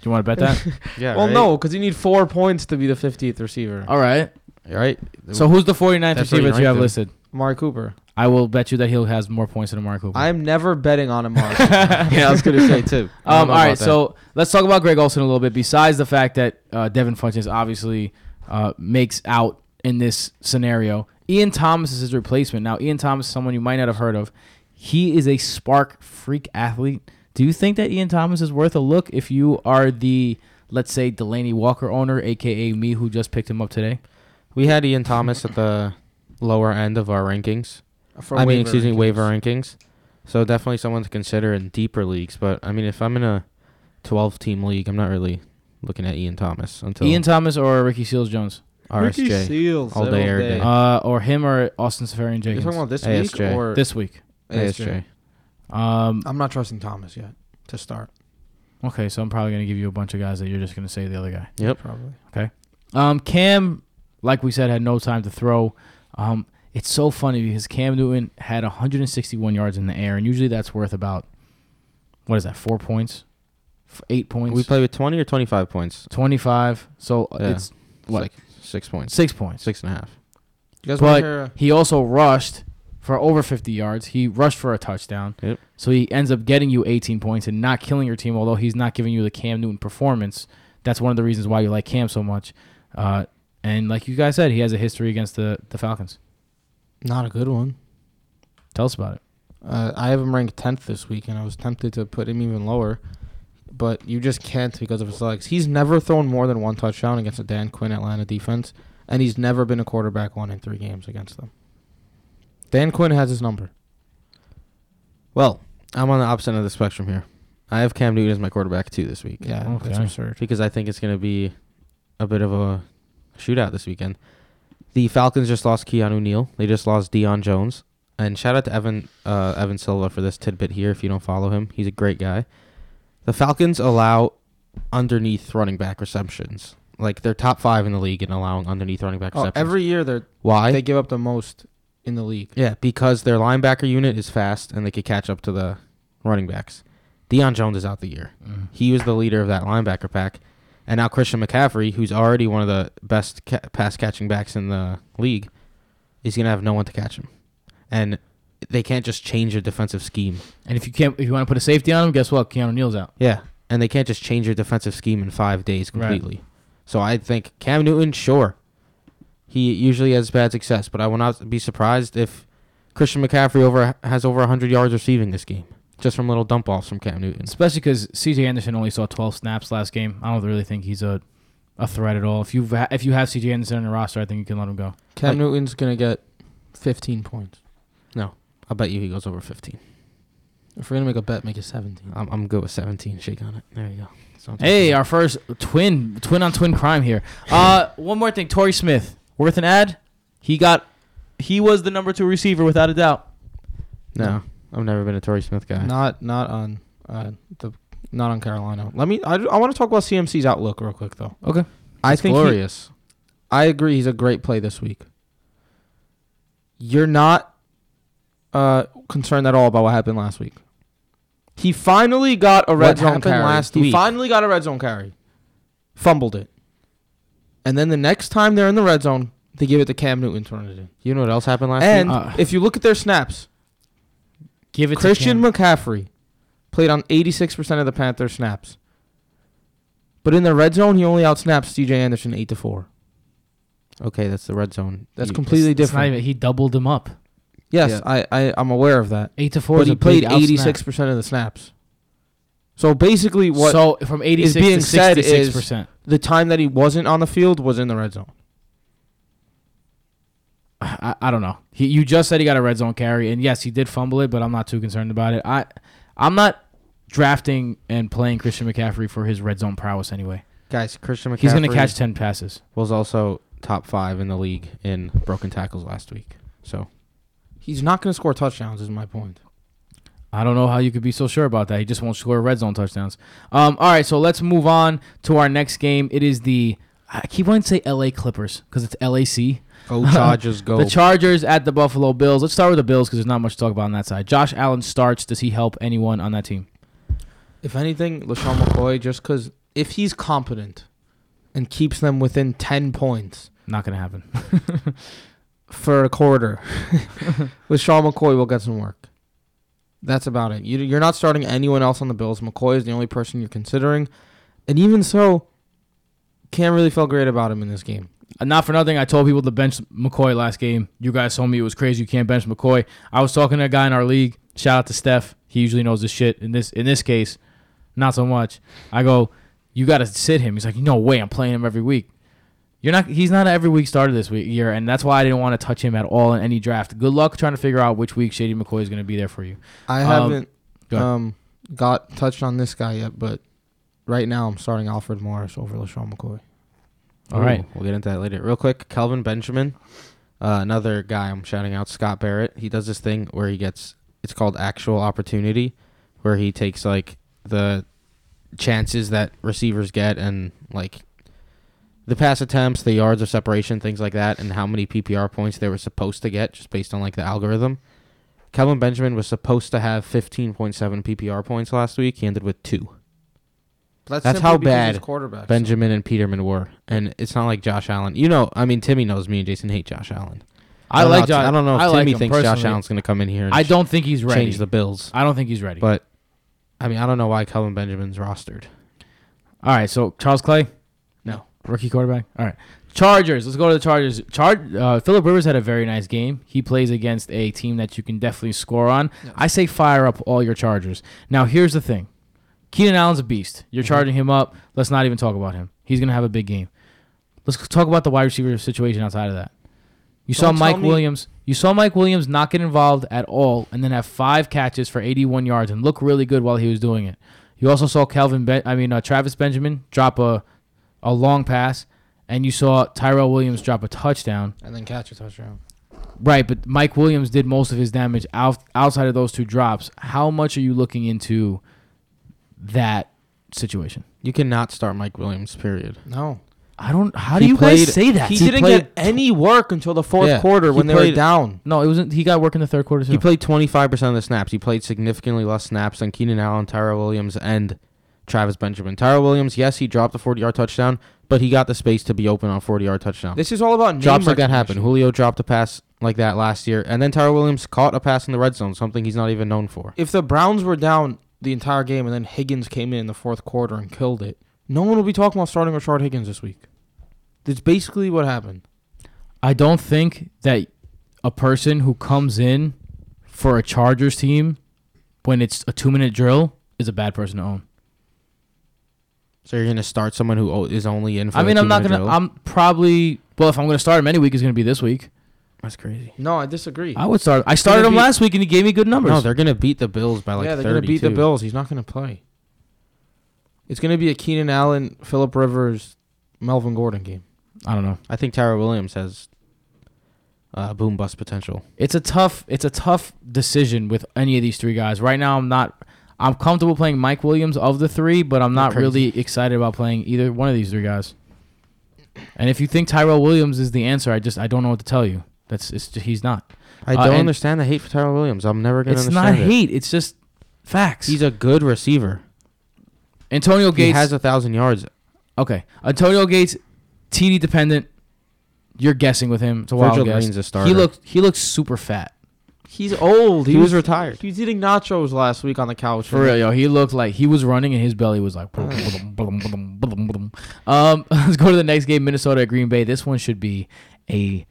Speaker 1: Do you want to bet that?
Speaker 2: yeah,
Speaker 5: well,
Speaker 2: right?
Speaker 5: no, because you need four points to be the 50th receiver.
Speaker 1: All right.
Speaker 2: All right.
Speaker 1: So who's the 49th
Speaker 2: That's where
Speaker 1: receiver
Speaker 2: you
Speaker 1: that you have
Speaker 2: ranked him.
Speaker 1: listed?
Speaker 5: Amari Cooper.
Speaker 1: I will bet you that he'll has more points than Amari Cooper.
Speaker 5: I'm never betting on Amari. yeah, I was gonna say too.
Speaker 2: don't
Speaker 1: Um,
Speaker 2: know
Speaker 1: all right,
Speaker 2: about that.
Speaker 1: so let's talk about Greg Olson a little bit. Besides the fact that uh, Devin Funches obviously uh, makes out in this scenario, Ian Thomas is his replacement. Now, Ian Thomas is someone you might not have heard of. He is a spark freak athlete. Do you think that Ian Thomas is worth a look if you are the, let's say, Delaney Walker owner, aka me, who just picked him up today?
Speaker 2: we had Ian Thomas at the lower end of our rankings.
Speaker 5: For
Speaker 2: I mean,
Speaker 5: waiver
Speaker 2: excuse me,
Speaker 5: rankings.
Speaker 2: waiver rankings. So definitely someone to consider in deeper leagues. But I mean, if I'm in a 12 team league, I'm not really looking at Ian Thomas until
Speaker 1: Ian Thomas or Ricky Seals Jones,
Speaker 2: RSJ.
Speaker 5: Ricky Seals
Speaker 2: All
Speaker 5: all
Speaker 2: day,
Speaker 5: day,
Speaker 2: every day.
Speaker 1: uh, or him or Austin Safarian
Speaker 5: You're
Speaker 1: Jenkins
Speaker 5: talking about this
Speaker 2: ASJ.
Speaker 5: week or
Speaker 1: this week.
Speaker 2: ASJ.
Speaker 1: Um,
Speaker 5: I'm not trusting Thomas yet to start.
Speaker 1: okay, so I'm probably gonna give you a bunch of guys that you're just gonna say the other guy.
Speaker 2: Yep.
Speaker 5: Probably.
Speaker 1: Um, Cam, like we said, had no time to throw. Um, it's so funny because Cam Newton had 161 yards in the air, and usually that's worth about what is that? Four points, F- eight points.
Speaker 2: We play with 20 or 25 points.
Speaker 1: 25, so uh,
Speaker 2: Yeah.
Speaker 1: it's what
Speaker 2: It's like six points,
Speaker 1: six points.
Speaker 2: six and a half.
Speaker 5: You guys want to hear?
Speaker 1: But he also rushed for over 50 yards. He rushed for a touchdown.
Speaker 2: Yep.
Speaker 1: So he ends up getting you 18 points and not killing your team, although he's not giving you the Cam Newton performance. That's one of the reasons why you like Cam so much. Uh, and like you guys said, he has a history against the, the Falcons.
Speaker 5: Not a good one.
Speaker 1: Tell us about it.
Speaker 5: Uh, I have him ranked 10th this week, and I was tempted to put him even lower, but you just can't because of his legs. He's never thrown more than one touchdown against a Dan Quinn Atlanta defense, and he's never been a quarterback one in three games against them. Dan Quinn has his number.
Speaker 2: Well, I'm on the opposite end of the spectrum here. I have Cam Newton as my quarterback too this week
Speaker 5: Yeah, that's
Speaker 1: Okay.
Speaker 5: absurd.
Speaker 2: because I think it's going to be a bit of a shootout this weekend. The Falcons just lost Keanu Neal. They just lost Dion Jones. And shout out to Evan uh, Evan Silva for this tidbit here. If you don't follow him, he's a great guy. The Falcons allow underneath running back receptions. Like they're top five in the league in allowing underneath running back
Speaker 5: Oh,
Speaker 2: receptions.
Speaker 5: every year they
Speaker 2: Why?
Speaker 5: they give up the most in the league.
Speaker 2: Yeah, because their linebacker unit is fast and they could catch up to the running backs. Deion Jones is out the year.
Speaker 5: Mm.
Speaker 2: He was the leader of that linebacker pack. And now Christian McCaffrey, who's already one of the best ca- pass catching backs in the league, is going to have no one to catch him. And they can't just change their defensive scheme.
Speaker 1: And if you can't, if you want to put a safety on him, guess what? Keanu Neal's out.
Speaker 2: Yeah. And they can't just change their defensive scheme in five days
Speaker 1: Right.
Speaker 2: completely. So I think Cam Newton, sure. He usually has bad success, but I will not be surprised if Christian McCaffrey over has over 100 yards receiving this game just from little dump offs from Cam Newton.
Speaker 1: Especially because C.J. Anderson only saw 12 snaps last game. I don't really think he's a a threat at all. If you if you have C.J. Anderson on your roster, I think you can let him go.
Speaker 5: Cam
Speaker 2: Like-
Speaker 5: Newton's gonna get 15 points.
Speaker 2: I'll bet you he goes over 15.
Speaker 5: If we're gonna make a bet, make it 17.
Speaker 2: I'm, I'm good with 17. Shake on it. There you go. So I'm
Speaker 1: Hey,
Speaker 2: taking-
Speaker 1: our first twin, twin on twin crime here. Uh, one more thing, Torrey Smith, worth an ad. He got, he was the number two receiver without a doubt.
Speaker 2: no, I've never been a Torrey Smith guy.
Speaker 5: Not not on uh, the not on Carolina. Let me. I, I want to talk about CMC's outlook real quick though.
Speaker 1: Okay.
Speaker 5: I
Speaker 2: It's
Speaker 5: think he-
Speaker 2: glorious.
Speaker 5: I agree. He's a great play this week. You're not uh, concerned at all about what happened last week. He finally got a red
Speaker 2: What
Speaker 5: zone
Speaker 2: happened
Speaker 5: carry.
Speaker 2: last
Speaker 5: he
Speaker 2: week?
Speaker 5: finally got a red zone carry. Fumbled it. And then the next time they're in the red zone, they give it to Cam Newton, turn it in.
Speaker 2: you know what else happened last
Speaker 5: And
Speaker 2: week?
Speaker 1: Uh,
Speaker 5: if you look at their snaps,
Speaker 1: Give it
Speaker 5: Christian
Speaker 1: to
Speaker 5: McCaffrey played on 86% of the Panther snaps. But in the red zone, he only outsnaps CJ Anderson 8 to 4.
Speaker 2: Okay, that's the red zone.
Speaker 5: That's
Speaker 2: You-
Speaker 5: completely
Speaker 1: It's not
Speaker 5: different.
Speaker 1: even- he doubled him up
Speaker 5: Yes,
Speaker 2: Yeah.
Speaker 5: I, I I'm aware of that.
Speaker 1: eight to four.
Speaker 5: But
Speaker 1: is
Speaker 5: he
Speaker 1: a big
Speaker 5: played
Speaker 1: outsnap.
Speaker 5: eighty six percent of the snaps. So basically, what
Speaker 1: So from eighty six
Speaker 5: being
Speaker 1: to
Speaker 5: said
Speaker 1: sixty
Speaker 5: is-
Speaker 1: six percent.
Speaker 5: the time that he wasn't on the field was in the red zone.
Speaker 1: I, I don't know. He, you just said he got a red zone carry, and yes, he did fumble it, but I'm not too concerned about it. I, I'm not drafting and playing Christian McCaffrey for his red zone prowess anyway.
Speaker 2: Guys, Christian McCaffrey
Speaker 1: He's going to catch ten passes.
Speaker 2: was also top five in the league in broken tackles last week. So
Speaker 5: He's not going to score touchdowns, is my point.
Speaker 1: I don't know how you could be so sure about that. He just won't score red zone touchdowns. Um, all right, so let's move on to our next game. It is the I keep wanting to say L.A. Clippers because it's L.A.C.
Speaker 2: go Chargers, go.
Speaker 1: The Chargers at the Buffalo Bills. Let's start with the Bills because there's not much to talk about on that side. Josh Allen starts. Does he help anyone on that team?
Speaker 5: If anything, LaShawn McCoy, just because if he's competent and keeps them within 10 points
Speaker 1: Not gonna happen.
Speaker 5: for a quarter, LaShawn McCoy will get some work. That's about it. You, you're not starting anyone else on the Bills. McCoy is the only person you're considering. And even so, can't really feel great about him in this game.
Speaker 1: And Uh, not for nothing, I told people to bench McCoy last game. You guys told me it was crazy. You can't bench McCoy. I was talking to a guy in our league. Shout out to Steph. He usually knows this shit. In this in this case, not so much. I go, you got to sit him. He's like, no way. I'm playing him every week. You're not. He's not an every week starter this week year, and that's why I didn't want to touch him at all in any draft. Good luck trying to figure out which week Shady McCoy is going to be there for you.
Speaker 5: I
Speaker 1: Um,
Speaker 5: haven't
Speaker 1: go ahead.
Speaker 5: um, got touched on this guy yet, but right now I'm starting Alfred Morris over LaShawn McCoy.
Speaker 1: All right.
Speaker 2: We'll get into that later. Real quick, Calvin Benjamin, uh, another guy I'm shouting out, Scott Barrett. He does this thing where he gets, it's called actual opportunity, where he takes like the chances that receivers get and like the pass attempts, the yards of separation, things like that, and how many PPR points they were supposed to get just based on like the algorithm. Calvin Benjamin was supposed to have 15.7 PPR points last week. He ended with two. That's
Speaker 5: simply
Speaker 2: how
Speaker 5: because he's
Speaker 2: bad
Speaker 5: quarterback.
Speaker 2: Benjamin and Peterman were, and it's not like Josh Allen. You know, I mean, Timmy knows me and Jason hate Josh Allen.
Speaker 1: I,
Speaker 2: don't
Speaker 1: like
Speaker 2: know,
Speaker 1: Josh.
Speaker 2: I don't know if
Speaker 1: I like
Speaker 2: Timmy
Speaker 1: him
Speaker 2: thinks Josh
Speaker 1: personally.
Speaker 2: Allen's going to come in here. And
Speaker 1: I don't think he's ready.
Speaker 2: change the Bills,
Speaker 1: I don't think he's ready.
Speaker 2: but I mean, I don't know why Kelvin Benjamin's rostered.
Speaker 1: All right, so Charles Clay,
Speaker 5: No.
Speaker 1: rookie quarterback. All right, Chargers. Let's go to the Chargers. Char- uh, Philip Rivers had a very nice game. He plays against a team that you can definitely score on. I say fire up all your Chargers. Now here's the thing, Keenan Allen's a beast. You're
Speaker 5: Mhm.
Speaker 1: charging him up. Let's not even talk about him. He's gonna have a big game. Let's talk about the wide receiver situation outside of that. You saw
Speaker 5: Don't tell
Speaker 1: Mike
Speaker 5: me-
Speaker 1: Williams. You saw Mike Williams not get involved at all, and then have five catches for 81 yards and look really good while he was doing it. You also saw Calvin. Ben- I mean uh, Travis Benjamin drop a a long pass, and you saw Tyrell Williams drop a touchdown.
Speaker 5: and then catch a touchdown.
Speaker 1: Right, but Mike Williams did most of his damage out, outside of those two drops. How much are you looking into that situation?
Speaker 2: You cannot start Mike Williams. Period.
Speaker 5: No.
Speaker 1: I don't. How
Speaker 2: He
Speaker 1: do you
Speaker 2: played-
Speaker 1: guys say that?
Speaker 5: He,
Speaker 2: He
Speaker 5: didn't
Speaker 2: played
Speaker 5: get any work until the fourth
Speaker 2: Yeah,
Speaker 5: quarter
Speaker 2: he
Speaker 5: when they were
Speaker 2: played-
Speaker 5: down.
Speaker 1: no, it wasn't. He got work in the third quarter too.
Speaker 2: He played 25 percent of the snaps. He played significantly less snaps than Keenan Allen, Tyrell Williams, and Travis Benjamin. Tyrell Williams, yes, he dropped a 40-yard touchdown, but he got the space to be open on 40-yard touchdown.
Speaker 5: This is all about name
Speaker 2: drops like that happen.
Speaker 5: recognition.
Speaker 2: Julio dropped a pass like that last year, and then Tyrell Williams caught a pass in the red zone, something he's not even known for.
Speaker 5: If the Browns were down the entire game and then Higgins came in in the fourth quarter and killed it, no one will be talking about starting Rashard Higgins this week. That's basically what happened.
Speaker 1: I don't think that a person who comes in for a Chargers team when it's a two minute drill is a bad person to own.
Speaker 2: So you're gonna start someone who o- is only in. For
Speaker 1: I
Speaker 2: the
Speaker 1: mean, I'm not
Speaker 2: two-minute
Speaker 1: gonna.
Speaker 2: drill?
Speaker 1: I'm probably. Well, if I'm gonna start him any week, it's gonna be this week.
Speaker 2: That's crazy.
Speaker 5: No, I disagree.
Speaker 1: I would start. I started
Speaker 5: gonna
Speaker 1: him
Speaker 5: be-
Speaker 1: last week, and he gave me good numbers.
Speaker 2: No, they're gonna beat the Bills by like.
Speaker 5: yeah, they're
Speaker 2: 30
Speaker 5: gonna beat the
Speaker 2: too.
Speaker 5: Bills. He's not gonna play. It's gonna be a Keenan Allen, Philip Rivers, Melvin Gordon game.
Speaker 1: I don't know.
Speaker 2: I think Tyrell Williams has uh, boom bust potential.
Speaker 1: It's a tough. It's a tough decision with any of these three guys. Right now, I'm not. I'm comfortable playing Mike Williams of the three, but I'm not
Speaker 2: crazy.
Speaker 1: really excited about playing either one of these three guys. And if you think Tyrell Williams is the answer, I just I don't know what to tell you. That's it's he's not.
Speaker 2: I
Speaker 1: Uh,
Speaker 2: don't
Speaker 1: and-
Speaker 2: understand the hate for Tyrell Williams. I'm never gonna.
Speaker 1: It's not
Speaker 2: understand it.
Speaker 1: hate. It's just facts.
Speaker 2: He's a good receiver.
Speaker 1: Antonio
Speaker 2: He
Speaker 1: Gates
Speaker 2: has a thousand yards
Speaker 1: Okay, Antonio Gates, TD dependent. You're guessing with him. It's a wild
Speaker 2: Virgil
Speaker 1: guess.
Speaker 2: Green's a
Speaker 1: He
Speaker 2: starter.
Speaker 1: looked he looked super fat.
Speaker 5: He's old.
Speaker 2: He was retired.
Speaker 5: He's eating nachos last week on the couch.
Speaker 1: For real, yo, he looked like he was running and his belly was like. um, let's go to the next game, Minnesota at Green Bay. This one should be a,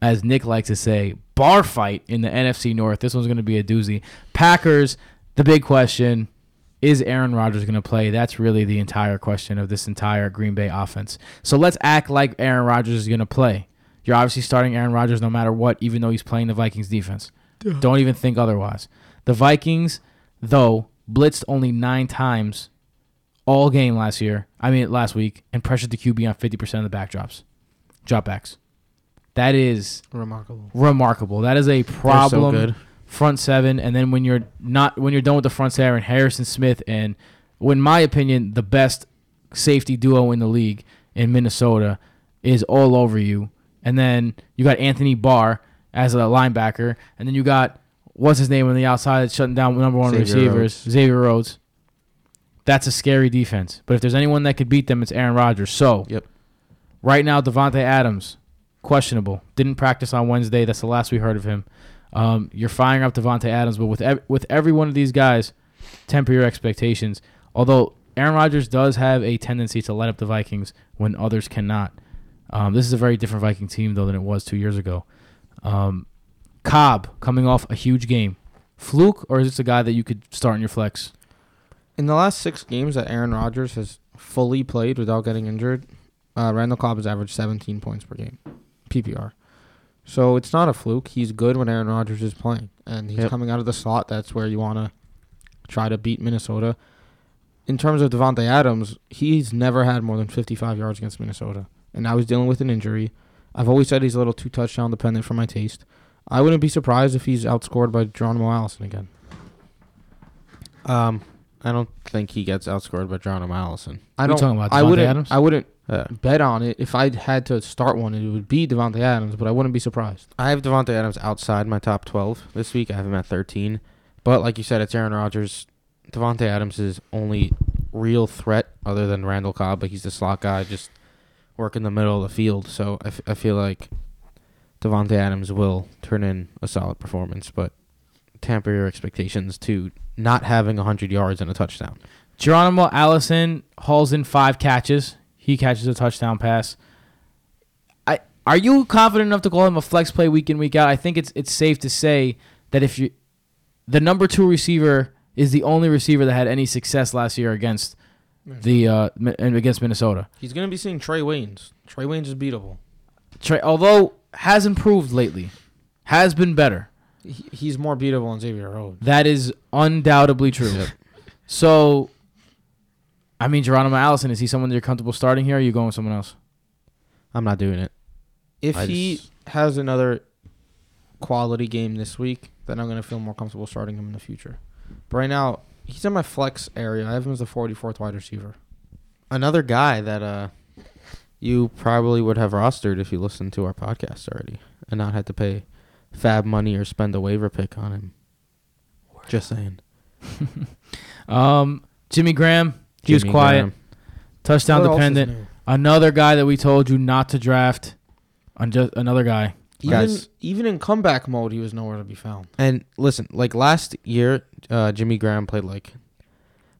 Speaker 1: as Nick likes to say, bar fight in the NFC North. This one's going to be a doozy. Packers, the big question: Is Aaron Rodgers going to play? That's really the entire question of this entire Green Bay offense. So let's act like Aaron Rodgers is going to play. You're obviously starting Aaron Rodgers no matter what, even though he's playing the Vikings defense. Don't even think otherwise. The Vikings, though, blitzed only nine times all game last year. I mean, last week, and pressured the QB on 50% of the backdrops, dropbacks. That is
Speaker 5: Remarkable.
Speaker 1: remarkable. That is a problem.
Speaker 2: good.
Speaker 1: Front seven, and then when you're not when you're done with the front seven, Harrison Smith and, in my opinion, the best safety duo in the league in Minnesota is all over you. And then you got Anthony Barr as a linebacker, and then you got what's his name on the outside that's shutting down number one
Speaker 2: Xavier
Speaker 1: receivers, Xavier Rhodes. That's a scary defense. But if there's anyone that could beat them, it's Aaron Rodgers. So
Speaker 2: Yep.
Speaker 1: Right now, Devonte Adams questionable. Didn't practice on Wednesday. That's the last we heard of him. Um, you're firing up Devonte Adams, but with ev- with every one of these guys, temper your expectations. Although Aaron Rodgers does have a tendency to light up the Vikings when others cannot. Um, this is a very different Viking team though than it was two years ago. Um, Cobb coming off a huge game, fluke or is this a guy that you could start in your flex?
Speaker 5: In the last six games that Aaron Rodgers has fully played without getting injured, uh, Randall Cobb has averaged 17 points per game, PPR. So it's not a fluke. He's good when Aaron Rodgers is playing, and he's
Speaker 2: Yep.
Speaker 5: coming out of the slot. That's where you want to try to beat Minnesota. In terms of Devontae Adams, he's never had more than 55 yards against Minnesota, and now he's dealing with an injury. I've always said he's a little too touchdown dependent for my taste. I wouldn't be surprised if he's outscored by Geronimo Allison again.
Speaker 2: Um, I don't think he gets outscored by Geronimo Allison.
Speaker 5: I
Speaker 1: You
Speaker 5: don't.
Speaker 1: talking about
Speaker 5: I
Speaker 1: Devontae
Speaker 5: wouldn't.
Speaker 1: Adams?
Speaker 5: I wouldn't
Speaker 2: Yeah.
Speaker 5: bet on it. If I had to start one, it would be Devontae Adams, but I wouldn't be surprised.
Speaker 2: I have Devonte Adams outside my top twelve this week. I have him at thirteen, but like you said, it's Aaron Rodgers. Devonte Adams is only real threat other than Randall Cobb, but he's the slot guy, just working the middle of the field. So I, f- I feel like Devonte Adams will turn in a solid performance, but tamper your expectations to not having hundred yards and a touchdown.
Speaker 1: Geronimo Allison hauls in five catches. He catches a touchdown pass. I are you confident enough to call him a flex play week in week out? I think it's it's safe to say that if you the number two receiver is the only receiver that had any success last year against the uh, Mi- and against Minnesota.
Speaker 5: He's gonna be seeing Trey Waynes. Trey Waynes is beatable.
Speaker 1: Trey, although has improved lately, has been better.
Speaker 5: He, he's more beatable than Xavier Rhodes.
Speaker 1: That is undoubtedly true. So, I mean, Geronimo Allison is he someone that you're comfortable starting here? Or are you going with someone else?
Speaker 2: I'm not doing it.
Speaker 5: If
Speaker 2: I
Speaker 5: he
Speaker 2: just-
Speaker 5: has another quality game this week, then I'm gonna feel more comfortable starting him in the future. But right now, he's in my flex area. I have him as the 44th wide receiver.
Speaker 2: Another guy that uh, you probably would have rostered if you listened to our podcast already and not had to pay fab money or spend a waiver pick on him. Just saying.
Speaker 1: Um, Jimmy Graham, he was
Speaker 2: Jimmy
Speaker 1: quiet,
Speaker 2: Graham.
Speaker 1: touchdown
Speaker 5: What else is
Speaker 1: dependent.
Speaker 5: new?
Speaker 1: Another guy that we told you not to draft. Un- just another guy.
Speaker 5: Even,
Speaker 2: Guys.
Speaker 5: even in comeback mode, he was nowhere to be found.
Speaker 2: And listen, like last year, uh, Jimmy Graham played like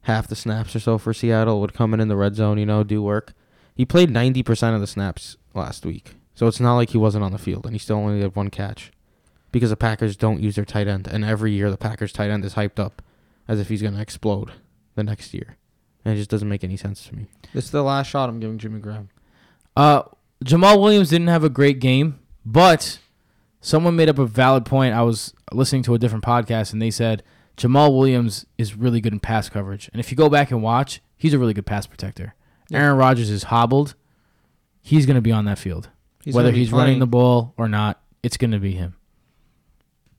Speaker 2: half the snaps or so for Seattle. Would come in in the red zone, you know, do work. He played ninety percent of the snaps last week, so it's not like he wasn't on the field, and he still only had one catch because the Packers don't use their tight end, and every year the Packers tight end is hyped up as if he's gonna explode the next year, and it just doesn't make any sense to me.
Speaker 5: This is the last shot I'm giving Jimmy Graham.
Speaker 1: Uh, Jamal Williams didn't have a great game, but someone made up a valid point. I was listening to a different podcast, and they said Jamal Williams is really good in pass coverage. And if you go back and watch, he's a really good pass protector. Aaron Rodgers is hobbled. He's going to be on that field,
Speaker 5: He's
Speaker 1: whether
Speaker 5: gonna be
Speaker 1: he's running
Speaker 5: playing.
Speaker 1: the ball or not. It's going to be him.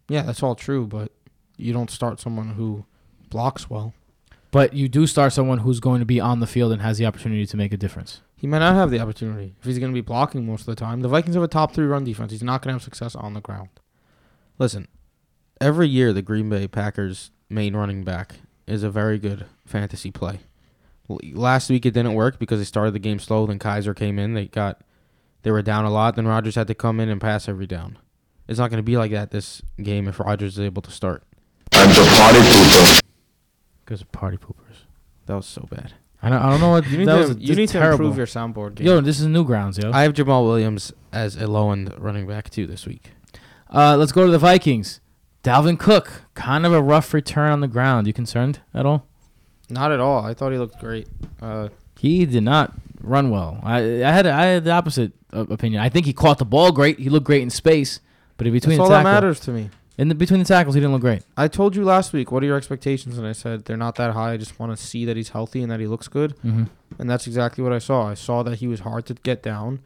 Speaker 5: Yeah, that's all true, but you don't start someone who blocks well.
Speaker 1: But you do start someone who's going to be on the field and has the opportunity to make a difference.
Speaker 5: He might not have the opportunity if he's going to be blocking most of the time. The Vikings have a top three run defense. He's not going to have success on the ground.
Speaker 2: Listen, every year the Green Bay Packers main running back is a very good fantasy play. L- Last week it didn't work because they started the game slow. Then Kaiser came in. They got they were down a lot. Then Rodgers had to come in and pass every down. It's not going to be like that this game if Rodgers is able to start.
Speaker 1: Because of party poopers.
Speaker 2: That was so bad.
Speaker 1: I don't, I don't know what
Speaker 5: You need,
Speaker 1: that
Speaker 5: to,
Speaker 1: was.
Speaker 5: you need to
Speaker 1: terrible.
Speaker 5: improve your soundboard game.
Speaker 1: Yo, this is Newgrounds, yo.
Speaker 2: I have Jamal Williams as a low end running back too this week.
Speaker 1: Uh, let's go to the Vikings. Dalvin Cook, kind of a rough return on the ground. You concerned at all?
Speaker 5: Not at all. I thought he looked great. Uh,
Speaker 1: He did not run well. I I had I had the opposite o- opinion. I think he caught the ball great. He looked great in space, but in between
Speaker 5: that's
Speaker 1: the
Speaker 5: all that
Speaker 1: tackle,
Speaker 5: matters to me.
Speaker 1: in the between the tackles, he didn't look great.
Speaker 5: I told you last week, what are your expectations? And I said they're not that high. I just want to see that he's healthy and that he looks good.
Speaker 1: Mm-hmm.
Speaker 5: And that's exactly what I saw. I saw that he was hard to get down.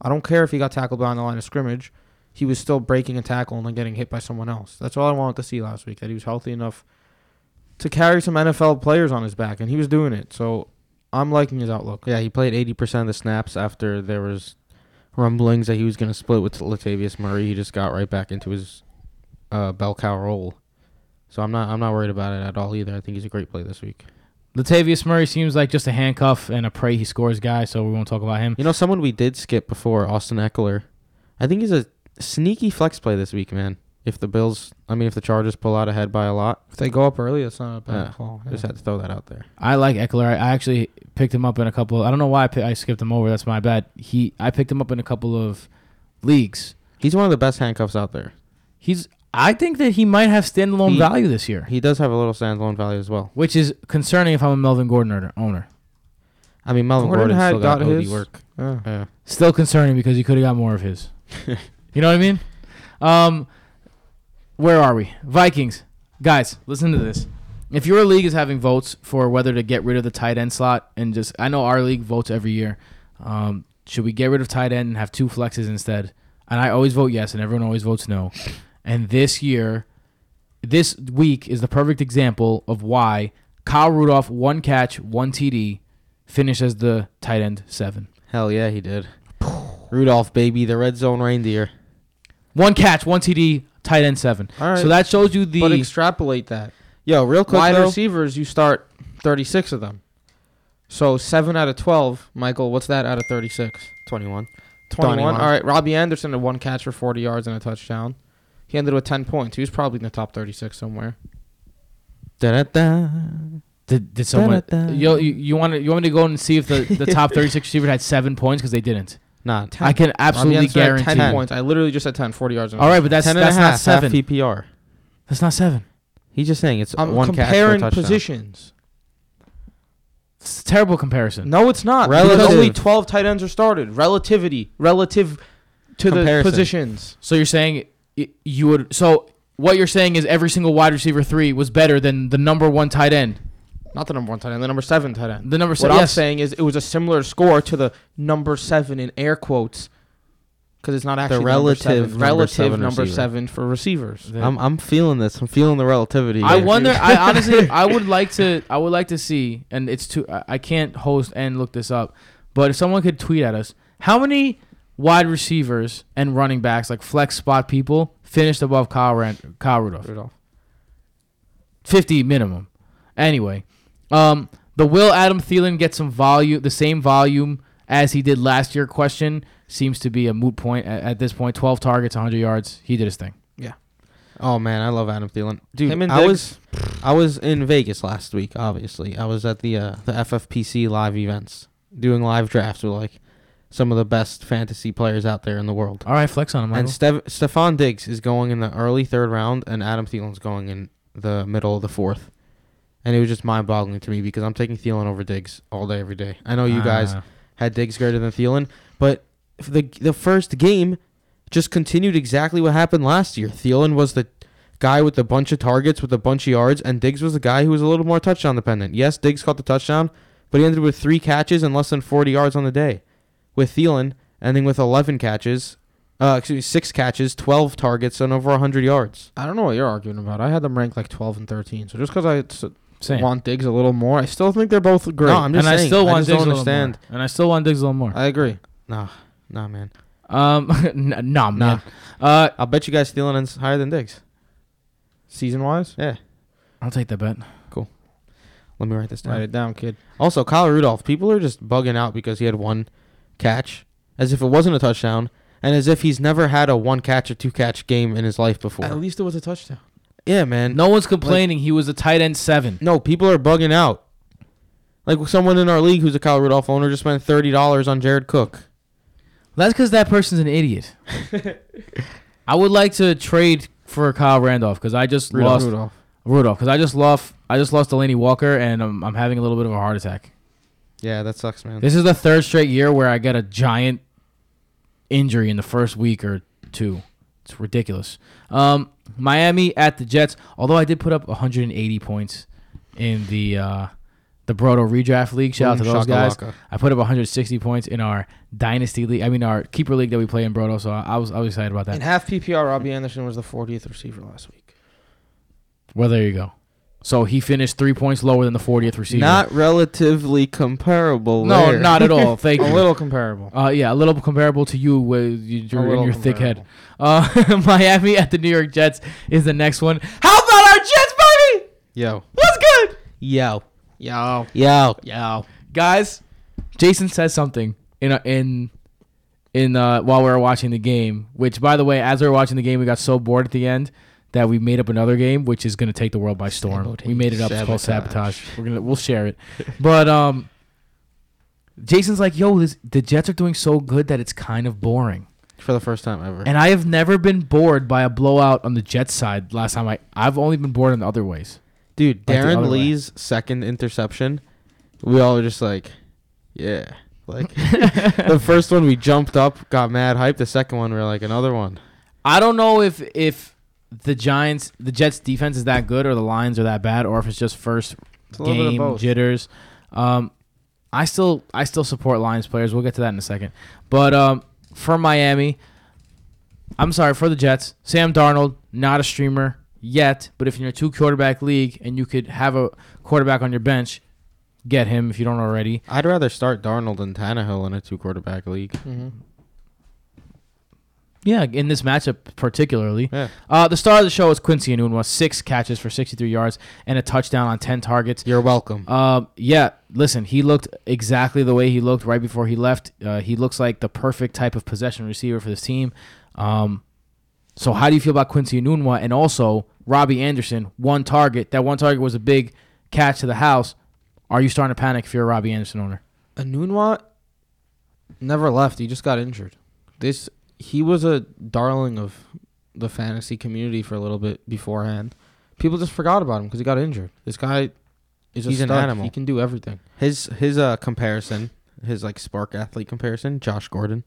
Speaker 5: I don't care if he got tackled behind the line of scrimmage. He was still breaking a tackle and then getting hit by someone else. That's all I wanted to see last week, that he was healthy enough to carry some NFL players on his back, and he was doing it. So I'm liking his outlook.
Speaker 2: Yeah, he played 80% of the snaps after there was rumblings that he was going to split with Latavius Murray. He just got right back into his uh, bell cow role. So I'm not I'm not worried about it at all either. I think he's a great play this week.
Speaker 1: Latavius Murray seems like just a handcuff and a pray he scores guy. So we won't talk about him.
Speaker 2: You know, someone we did skip before, Austin Eckler. I think he's a sneaky flex play this week, man. If the Bills, I mean, if the Chargers pull out ahead by a lot,
Speaker 5: If they go up early, that's not a bad
Speaker 2: Yeah.
Speaker 5: call. Yeah.
Speaker 2: just had to throw that out there.
Speaker 1: I like Eckler. I, I actually picked him up in a couple. I don't know why I, pi- I skipped him over. That's my bad. He I picked him up in a couple of leagues.
Speaker 2: He's one of the best handcuffs out there.
Speaker 1: He's I think that he might have standalone
Speaker 2: He-
Speaker 1: value this year,
Speaker 2: He does have a little standalone value as well.
Speaker 1: which is concerning if I'm a Melvin Gordon owner- owner.
Speaker 2: I mean, Melvin
Speaker 5: Gordon
Speaker 2: Gordon,
Speaker 5: had
Speaker 2: still got,
Speaker 5: got
Speaker 2: OD
Speaker 5: his.
Speaker 2: work.
Speaker 5: Yeah.
Speaker 2: Yeah.
Speaker 1: Still concerning because he could have got more of his. you know what I mean? Um, where are we? Vikings. Guys, listen to this. If your league is having votes for whether to get rid of the tight end slot and just, I know our league votes every year. Um, should we get rid of tight end and have two flexes instead? And I always vote yes, and everyone always votes no. And this year, this week is the perfect example of why Kyle Rudolph, one catch, one TD, finished as the tight end seven.
Speaker 2: Hell yeah, he did. Rudolph, baby, the red zone reindeer.
Speaker 1: One catch, one TD, tight end seven.
Speaker 5: All right.
Speaker 1: So that shows you the.
Speaker 5: But extrapolate that.
Speaker 2: Yo, real quick
Speaker 5: Wide
Speaker 2: though,
Speaker 5: receivers, you start 36 of them. So 7 out of 12. Michael, what's that out of 36?
Speaker 2: 21.
Speaker 5: 21.
Speaker 2: 21.
Speaker 5: All right, Robbie Anderson had one catch for 40 yards and a touchdown. He ended with 10 points. He was probably in the top 36 somewhere.
Speaker 2: Da-da-da.
Speaker 1: did, did someone?
Speaker 2: Da-da-da.
Speaker 1: Yo, you you want to you want me to go and see if the, the top thirty six receiver had seven points because they didn't.
Speaker 2: Nah,
Speaker 1: I can
Speaker 5: Robbie
Speaker 1: absolutely
Speaker 5: Anderson had
Speaker 1: guarantee.
Speaker 5: 10
Speaker 1: it.
Speaker 5: points. I literally just said 10, 40 yards. And a
Speaker 1: All right, but that's
Speaker 2: ten and a half
Speaker 1: that's not seven.
Speaker 2: half PPR.
Speaker 1: That's not seven.
Speaker 2: He's just saying it's
Speaker 5: touchdown. I'm
Speaker 2: one
Speaker 5: comparing
Speaker 2: catch for a touchdown.
Speaker 5: positions.
Speaker 1: It's a terrible comparison.
Speaker 5: No, it's not.
Speaker 2: Relative.
Speaker 5: Because only 12 tight ends are started. Relativity. Relative to
Speaker 2: Comparison.
Speaker 5: the positions.
Speaker 1: So you're saying y- you would. So what you're saying is every single wide receiver three was better than the number one tight end.
Speaker 5: Not the number one tight end, the number seven tight end.
Speaker 1: The number
Speaker 5: what
Speaker 1: seven.
Speaker 5: I'm
Speaker 1: yes.
Speaker 5: saying is it was a similar score to the number seven in air quotes because it's not actually number
Speaker 2: relative
Speaker 5: seven.
Speaker 2: number
Speaker 5: relative
Speaker 2: seven
Speaker 5: number
Speaker 2: receiver.
Speaker 5: seven for receivers.
Speaker 2: I'm I'm feeling this. I'm feeling the relativity.
Speaker 1: I
Speaker 2: here.
Speaker 1: wonder. I honestly, I would like to. I would like to see, and it's too. I I can't host and look this up, but if someone could tweet at us, how many wide receivers and running backs, like flex spot people, finished above Kyle, Ran- Kyle Rudolph?
Speaker 5: Rudolph.
Speaker 1: Fifty minimum. Anyway, um, the will Adam Thielen get some volume, the same volume as he did last year? Question seems to be a moot point at, at this point. Twelve targets, hundred yards. He did his thing.
Speaker 2: Oh man, I love Adam Thielen, dude.
Speaker 5: Him and
Speaker 2: I
Speaker 5: Diggs.
Speaker 2: was I was in Vegas last week. Obviously, I was at the uh, the FFPC live events, doing live drafts with like some of the best fantasy players out there in the world.
Speaker 1: All right, flex on him.
Speaker 2: And
Speaker 1: Michael.
Speaker 2: Stev- Stefan Diggs is going in the early third round, and Adam Thielen's going in the middle of the fourth. And it was just mind boggling to me because I'm taking Thielen over Diggs all day, every day. I know you guys
Speaker 1: Ah.
Speaker 2: had Diggs greater than Thielen, but f- the the first game just continued exactly what happened last year. Thielen was the guy with a bunch of targets, with a bunch of yards, and Diggs was the guy who was a little more touchdown dependent. Yes, Diggs caught the touchdown, but he ended with three catches and less than 40 yards on the day. With Thielen ending with 11 catches, uh, excuse me, six catches, 12 targets, and over 100 yards.
Speaker 5: I don't know what you're arguing about. I had them ranked like 12 and 13. So just because I s-
Speaker 1: Same.
Speaker 5: want Diggs a little more, I still think they're both great.
Speaker 2: No, I'm just
Speaker 1: and I
Speaker 2: saying.
Speaker 1: still want
Speaker 2: just
Speaker 1: Diggs
Speaker 2: don't
Speaker 1: a little
Speaker 2: understand.
Speaker 1: more. And I still want Diggs a little more.
Speaker 5: I agree.
Speaker 2: Nah, nah, man.
Speaker 1: Um, n- nah, man. Uh,
Speaker 2: I'll bet you guys Thielen ends higher than Diggs.
Speaker 5: Season wise,
Speaker 2: Yeah,
Speaker 1: I'll take that bet.
Speaker 2: let me write this down.
Speaker 5: write it down, kid.
Speaker 2: Also, Kyle Rudolph, people are just bugging out because he had one catch, as if it wasn't a touchdown, and as if he's never had a one catch or two catch game in his life before.
Speaker 5: At least it was a touchdown.
Speaker 2: yeah, man. No,
Speaker 1: No one's complaining. he was a tight end seven.
Speaker 2: no, people are bugging out. Like someone in our league who's a Kyle Rudolph owner just spent thirty dollars on Jared Cook.
Speaker 1: That's because that person's an idiot. I would like to trade for Kyle Randolph because I just
Speaker 5: Rudolph.
Speaker 1: lost Rudolph because I just lost. I just lost Delaney Walker, and I'm, I'm having a little bit of a heart attack.
Speaker 2: Yeah, that sucks, man.
Speaker 1: This is the third straight year where I get a giant injury in the first week or two. It's ridiculous. Um, Miami at the Jets. Although I did put up 180 points in the uh, the Brodo redraft league. Shout out to
Speaker 2: Boom
Speaker 1: those guys.
Speaker 2: shakalaka.
Speaker 1: I put up 160 points in our dynasty league. I mean our keeper league that we play in Brodo. So I, I was I was excited about
Speaker 5: In
Speaker 1: that.
Speaker 5: half PPR, Robbie Anderson was the 40th receiver last week.
Speaker 1: Well, there you go. So he finished three points lower than the 40th receiver.
Speaker 2: Not relatively comparable.
Speaker 1: no,
Speaker 2: there.
Speaker 1: not at all. Thank you.
Speaker 5: A little comparable.
Speaker 1: Uh, yeah, a little comparable to you with you,
Speaker 5: A
Speaker 1: your,
Speaker 5: little
Speaker 1: your thick head.
Speaker 5: comparable.
Speaker 1: Uh, Miami at the New York Jets is the next one. How about our Jets, baby?
Speaker 2: Yo,
Speaker 1: What's good,
Speaker 2: yo,
Speaker 5: Yo.
Speaker 2: yo.
Speaker 5: Yo.
Speaker 1: guys? Jason says something in a, in in uh, while we were watching the game. Which, by the way, as we were watching the game, we got so bored at the end that we made up another game, which is going to take the world by storm. We made it up. It's called sabotage.
Speaker 2: Sabotage.
Speaker 1: We're gonna we'll share it. But um, Jason's like, "Yo, this, the Jets are doing so good that it's kind of boring."
Speaker 2: For the first time ever.
Speaker 1: And I have never been bored by a blowout on the Jets side. Last time I, I've only been bored in the other ways. Like
Speaker 2: Dude,
Speaker 1: the
Speaker 2: Darren
Speaker 1: other way.
Speaker 2: Lee's second interception, we all were just like, yeah. Like, the first one we jumped up, got mad hype. The second one we were like, another one.
Speaker 1: I don't know if if the Giants, the Jets defense is that good, or the lines are that bad, or if it's just first
Speaker 5: a little bit of
Speaker 1: game
Speaker 5: both.
Speaker 1: jitters. Um, I still I still support Lions players. We'll get to that in a second. But um, for Miami, I'm sorry for the Jets. Sam Darnold not a streamer yet, but if you're in a two quarterback league and you could have a quarterback on your bench, get him if you don't already.
Speaker 2: I'd rather start Darnold and Tannehill in a two quarterback league.
Speaker 1: Yeah, in this matchup particularly.
Speaker 2: Yeah.
Speaker 1: Uh, the star of the show is Quincy Anunwa, six catches for 63 yards and a touchdown on 10 targets.
Speaker 2: You're welcome.
Speaker 1: Um, yeah, listen, he looked exactly the way he looked right before he left. Uh, he looks like the perfect type of possession receiver for this team. Um, so how do you feel about Quincy Anunwa and also Robbie Anderson? One target. That one target was a big catch to the house. Are you starting to panic if you're a Robbie Anderson owner?
Speaker 5: Anunwa never left. He just got injured. This he was a darling of the fantasy community for a little bit beforehand. People just forgot about him because he got injured. This guy is a
Speaker 2: He's an
Speaker 5: stud.
Speaker 2: animal.
Speaker 5: He can do everything.
Speaker 2: His his uh comparison, his like spark athlete comparison, Josh Gordon.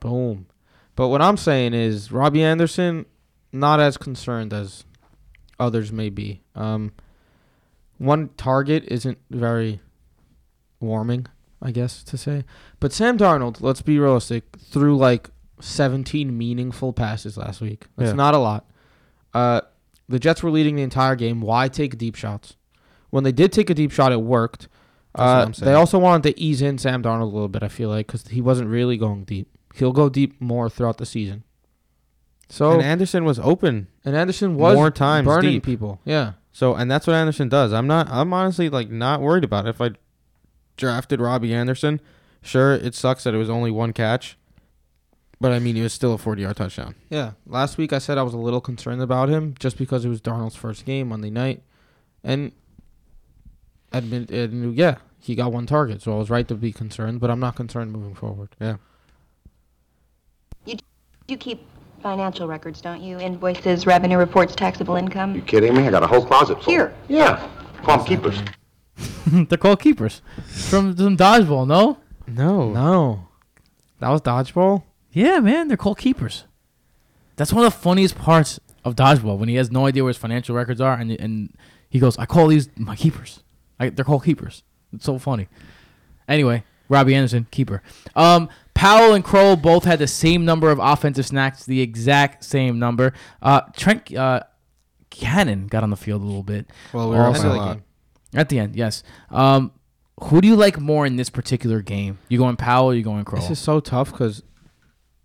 Speaker 5: Boom. But what I'm saying is Robbie Anderson, not as concerned as others may be. Um, one target isn't very warming, I guess to say. But Sam Darnold, let's be realistic, threw like 17 meaningful passes last week. That's
Speaker 2: Yeah.
Speaker 5: not a lot. Uh, the Jets were leading the entire game. Why take deep shots? When they did take a deep shot, it worked.
Speaker 2: That's what
Speaker 5: Uh,
Speaker 2: I'm
Speaker 5: they
Speaker 2: saying.
Speaker 5: also wanted to ease in Sam Darnold a little bit. I feel like because he wasn't really going deep. He'll go deep more throughout the season. So
Speaker 2: And
Speaker 5: and,
Speaker 2: Anderson was open.
Speaker 5: Anderson was
Speaker 2: More times
Speaker 5: burning
Speaker 2: deep.
Speaker 5: people. Yeah,
Speaker 2: So and that's what Anderson does. I'm not I'm honestly like not worried about it. If I drafted Robbie Anderson, sure it sucks that it was only one catch. But I mean it was still a forty yard touchdown.
Speaker 5: yeah. Last week I said I was a little concerned about him just because it was Darnold's first game Monday night, and admit and yeah he got one target, so I was right to be concerned. But I'm not concerned moving forward.
Speaker 2: Yeah.
Speaker 8: You, you keep financial records, don't you? Invoices, revenue reports, taxable income.
Speaker 9: You kidding me? I got a whole closet full.
Speaker 8: Here.
Speaker 9: Yeah. Call 'em keepers.
Speaker 1: They're called keepers from some dodgeball. No.
Speaker 2: No.
Speaker 5: No, that was dodgeball.
Speaker 1: Yeah, man, they're called keepers. That's one of the funniest parts of dodgeball when he has no idea where his financial records are, and and he goes, "I call these my keepers. I, they're called keepers." It's so funny. Anyway, Robbie Anderson, keeper. Um, Powell and Kroll both had the same number of offensive snacks, the exact same number. Uh, Trent uh, Cannon got on the field a little bit.
Speaker 2: Well we were
Speaker 1: Also- uh,
Speaker 2: also uh,
Speaker 5: like
Speaker 2: like
Speaker 5: him.
Speaker 1: at the end, yes. Um, who do you like more in this particular game? You going Powell? Or you going Kroll?
Speaker 5: This is so tough because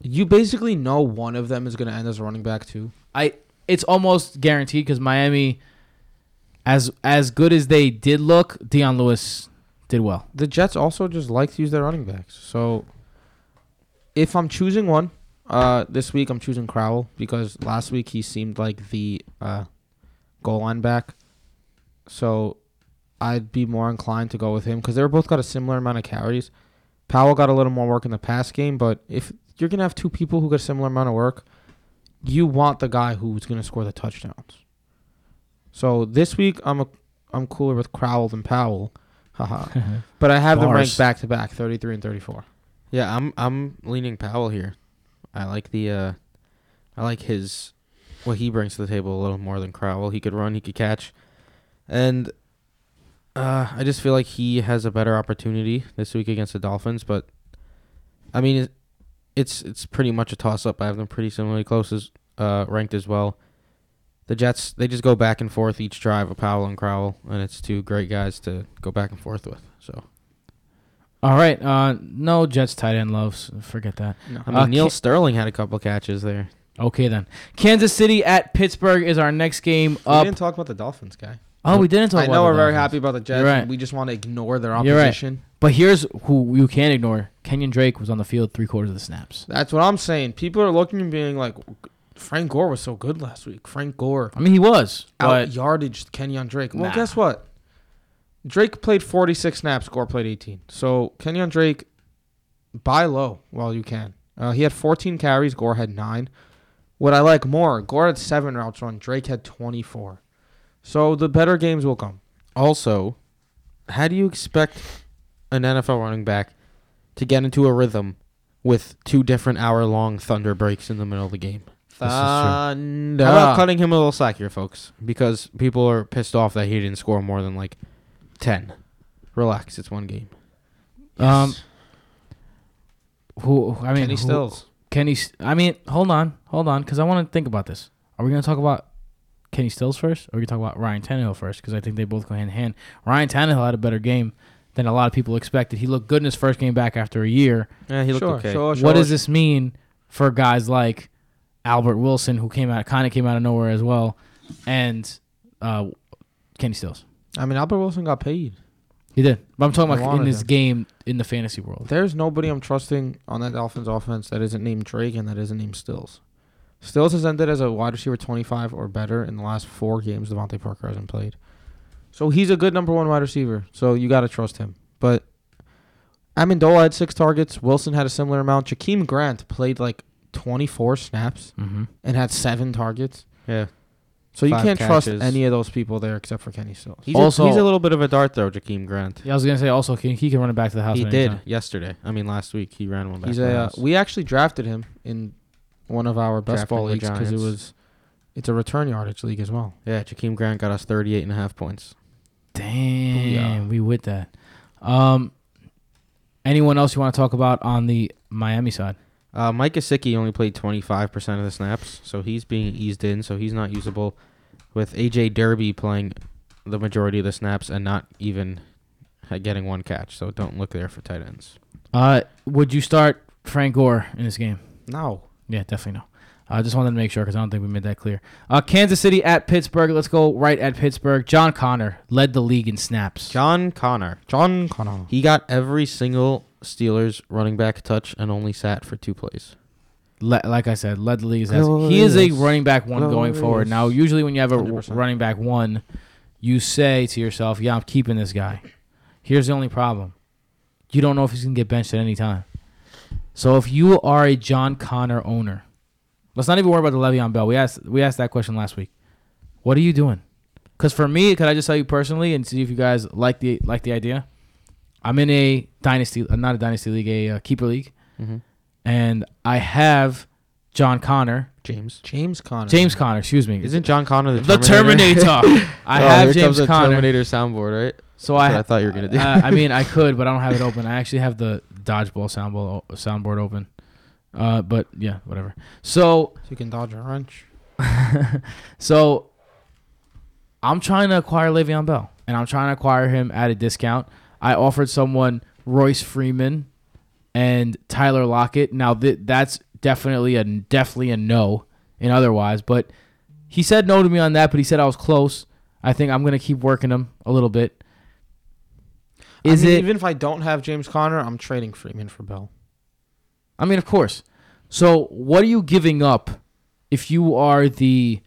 Speaker 5: you basically know one of them is going to end as a running back too.
Speaker 1: I it's almost guaranteed because Miami, as as good as they did look, Deion Lewis did well.
Speaker 5: The Jets also just like to use their running backs. So if I'm choosing one uh, this week, I'm choosing Crowell because last week he seemed like the uh, goal line back. So I'd be more inclined to go with him because they were both got a similar amount of carries. Powell got a little more work in the pass game, but if you're gonna have two people who get a similar amount of work, you want the guy who's gonna score the touchdowns. So this week I'm a I'm cooler with Crowell than Powell. Haha. but I have them
Speaker 1: Bars.
Speaker 5: ranked back to back, 33 and 34.
Speaker 2: Yeah, I'm I'm leaning Powell here. I like the uh I like his what he brings to the table a little more than Crowell. He could run, he could catch. And uh I just feel like he has a better opportunity this week against the Dolphins, but I mean it, it's it's pretty much a toss up. I have them pretty similarly close as uh ranked as well. The Jets they just go back and forth each drive of Powell and Crowell and it's two great guys to go back and forth with. So
Speaker 1: All right. Uh, no Jets tight end loves. Forget that.
Speaker 2: I mean
Speaker 1: Uh,
Speaker 2: Neil
Speaker 1: Ki-
Speaker 2: Sterling had a couple catches there.
Speaker 1: Okay then. Kansas City at Pittsburgh is our next game
Speaker 5: We
Speaker 1: up.
Speaker 5: didn't talk about the Dolphins, guy.
Speaker 1: oh, we didn't talk.
Speaker 5: I
Speaker 1: about
Speaker 5: know
Speaker 1: the
Speaker 5: we're very
Speaker 1: Dolphins.
Speaker 5: happy about the Jets.
Speaker 1: You're right.
Speaker 5: We just want to ignore their
Speaker 1: You're right.
Speaker 5: opposition.
Speaker 1: But here's who you can ignore. Kenyon Drake was on the field three quarters of the snaps.
Speaker 5: That's what I'm saying. People are looking and being like, Frank Gore was so good last week. Frank Gore
Speaker 1: I mean, he was. But
Speaker 5: out yardage Kenyon Drake. Well,
Speaker 1: Nah.
Speaker 5: guess what? Drake played 46 snaps. Gore played 18. So Kenyon Drake, buy low while you can. Uh, he had 14 carries. Gore had nine. What I like more, Gore had seven routes run. Drake had 24. So the better games will come.
Speaker 2: Also, how do you expect an NFL running back to get into a rhythm with two different hour long thunder breaks in the middle of the game?
Speaker 5: Thunder.
Speaker 2: How about cutting him a little slack here, folks? Because people are pissed off that he didn't score more than like 10. Relax, it's one game.
Speaker 1: um, who? I mean,
Speaker 5: Kenny
Speaker 1: who-
Speaker 5: Stills.
Speaker 1: Kenny. S- I mean, hold on, hold on, because I want to think about this. Are we going to talk about Kenny Stills first, or are we going to talk about Ryan Tannehill first? Because I think they both go hand in hand. Ryan Tannehill had a better game than a lot of people expected. He looked good in his first game back after a year.
Speaker 2: Yeah, he looked
Speaker 5: Sure,
Speaker 2: okay.
Speaker 5: sure, sure.
Speaker 1: what does this mean for guys like Albert Wilson, who came out kind of came out of nowhere as well, and uh, Kenny Stills?
Speaker 5: I mean, Albert Wilson got paid.
Speaker 1: He did. But I'm talking
Speaker 5: I
Speaker 1: about in
Speaker 5: wanted
Speaker 1: this
Speaker 5: him.
Speaker 1: game in the fantasy world.
Speaker 5: There's nobody I'm trusting on that Dolphins offense that isn't named Drake and that isn't named Stills. Stills has ended as a wide receiver 25 or better in the last four games Devontae Parker hasn't played. So he's a good number one wide receiver. So you got to trust him. But Amendola had six targets. Wilson had a similar amount. Jakeem Grant played like 24 snaps
Speaker 1: Mm-hmm.
Speaker 5: and had seven targets.
Speaker 2: yeah.
Speaker 5: So you
Speaker 2: Five
Speaker 5: can't
Speaker 2: catches.
Speaker 5: trust any of those people there except for Kenny Stills.
Speaker 2: He's,
Speaker 1: Also-
Speaker 2: a, he's a little bit of a dart, though, Jakeem Grant.
Speaker 1: Yeah, I was gonna say also he, he can run it back to the house.
Speaker 2: He
Speaker 1: at any
Speaker 2: did
Speaker 1: time.
Speaker 2: yesterday. I mean, last week he ran one back.
Speaker 5: He's
Speaker 2: to the
Speaker 5: a. Uh,
Speaker 2: house.
Speaker 5: we actually drafted him in one of our best
Speaker 2: Drafting
Speaker 5: ball
Speaker 2: the
Speaker 5: leagues because it
Speaker 2: Giants.
Speaker 5: was. It's a return yardage league as well.
Speaker 2: yeah, Jakeem Grant got us 38 and a half points.
Speaker 1: Damn, we with that. Um, anyone else you want to talk about on the Miami side?
Speaker 2: Uh, Mike Gesicki only played 25% of the snaps, so he's being eased in, so he's not usable. With AJ Derby playing the majority of the snaps and not e- even ha- getting one catch, so don't look there for tight ends.
Speaker 1: Uh, would you start Frank Gore in this game?
Speaker 5: No.
Speaker 1: Yeah, definitely no. I just wanted to make sure because I don't think we made that clear. Uh, Kansas City at Pittsburgh. Let's go right at Pittsburgh. John Connor led the league in snaps.
Speaker 2: John Connor.
Speaker 5: John Connor.
Speaker 2: He got every single Steelers running back touch and only sat for two plays.
Speaker 1: Le- like I said, led the league. As he is a
Speaker 2: Glorious.
Speaker 1: running back one going forward. Now, usually when you have a w-
Speaker 5: 100%.
Speaker 1: running back one, you say to yourself, "Yeah, I'm keeping this guy." Here's the only problem: you don't know if he's gonna get benched at any time. So if you are a John Connor owner, let's not even worry about the Le'Veon Bell. We asked we asked that question last week. What are you doing? Because for me, could I just tell you personally and see if you guys like the like the idea? I'm in a dynasty, uh, not a dynasty league, a uh, keeper league, and I have John Connor,
Speaker 2: James.
Speaker 5: James Connor.
Speaker 1: James Connor, excuse me,
Speaker 2: Isn't John Connor the
Speaker 1: the
Speaker 2: Terminator?
Speaker 1: Terminator? I
Speaker 2: Oh,
Speaker 1: have
Speaker 2: here
Speaker 1: James
Speaker 2: comes the
Speaker 1: Connor,
Speaker 2: Terminator soundboard, right?
Speaker 1: so I
Speaker 2: That's what I thought you were gonna do.
Speaker 1: uh, I mean, I could, but I don't have it open. I actually have the dodgeball soundball soundboard open, uh, but yeah, whatever. So
Speaker 5: You can dodge a wrench.
Speaker 1: So I'm trying to acquire Le'Veon Bell, and I'm trying to acquire him at a discount. I offered someone Royce Freeman and Tyler Lockett. Now th- that's definitely a definitely a no, and otherwise, but he said no to me on that. But he said I was close. I think I'm gonna keep working him a little bit. Is
Speaker 5: I mean,
Speaker 1: it?
Speaker 5: even if I don't have James Connor, I'm trading Freeman for Bell.
Speaker 1: I mean, of course. So, what are you giving up if you are the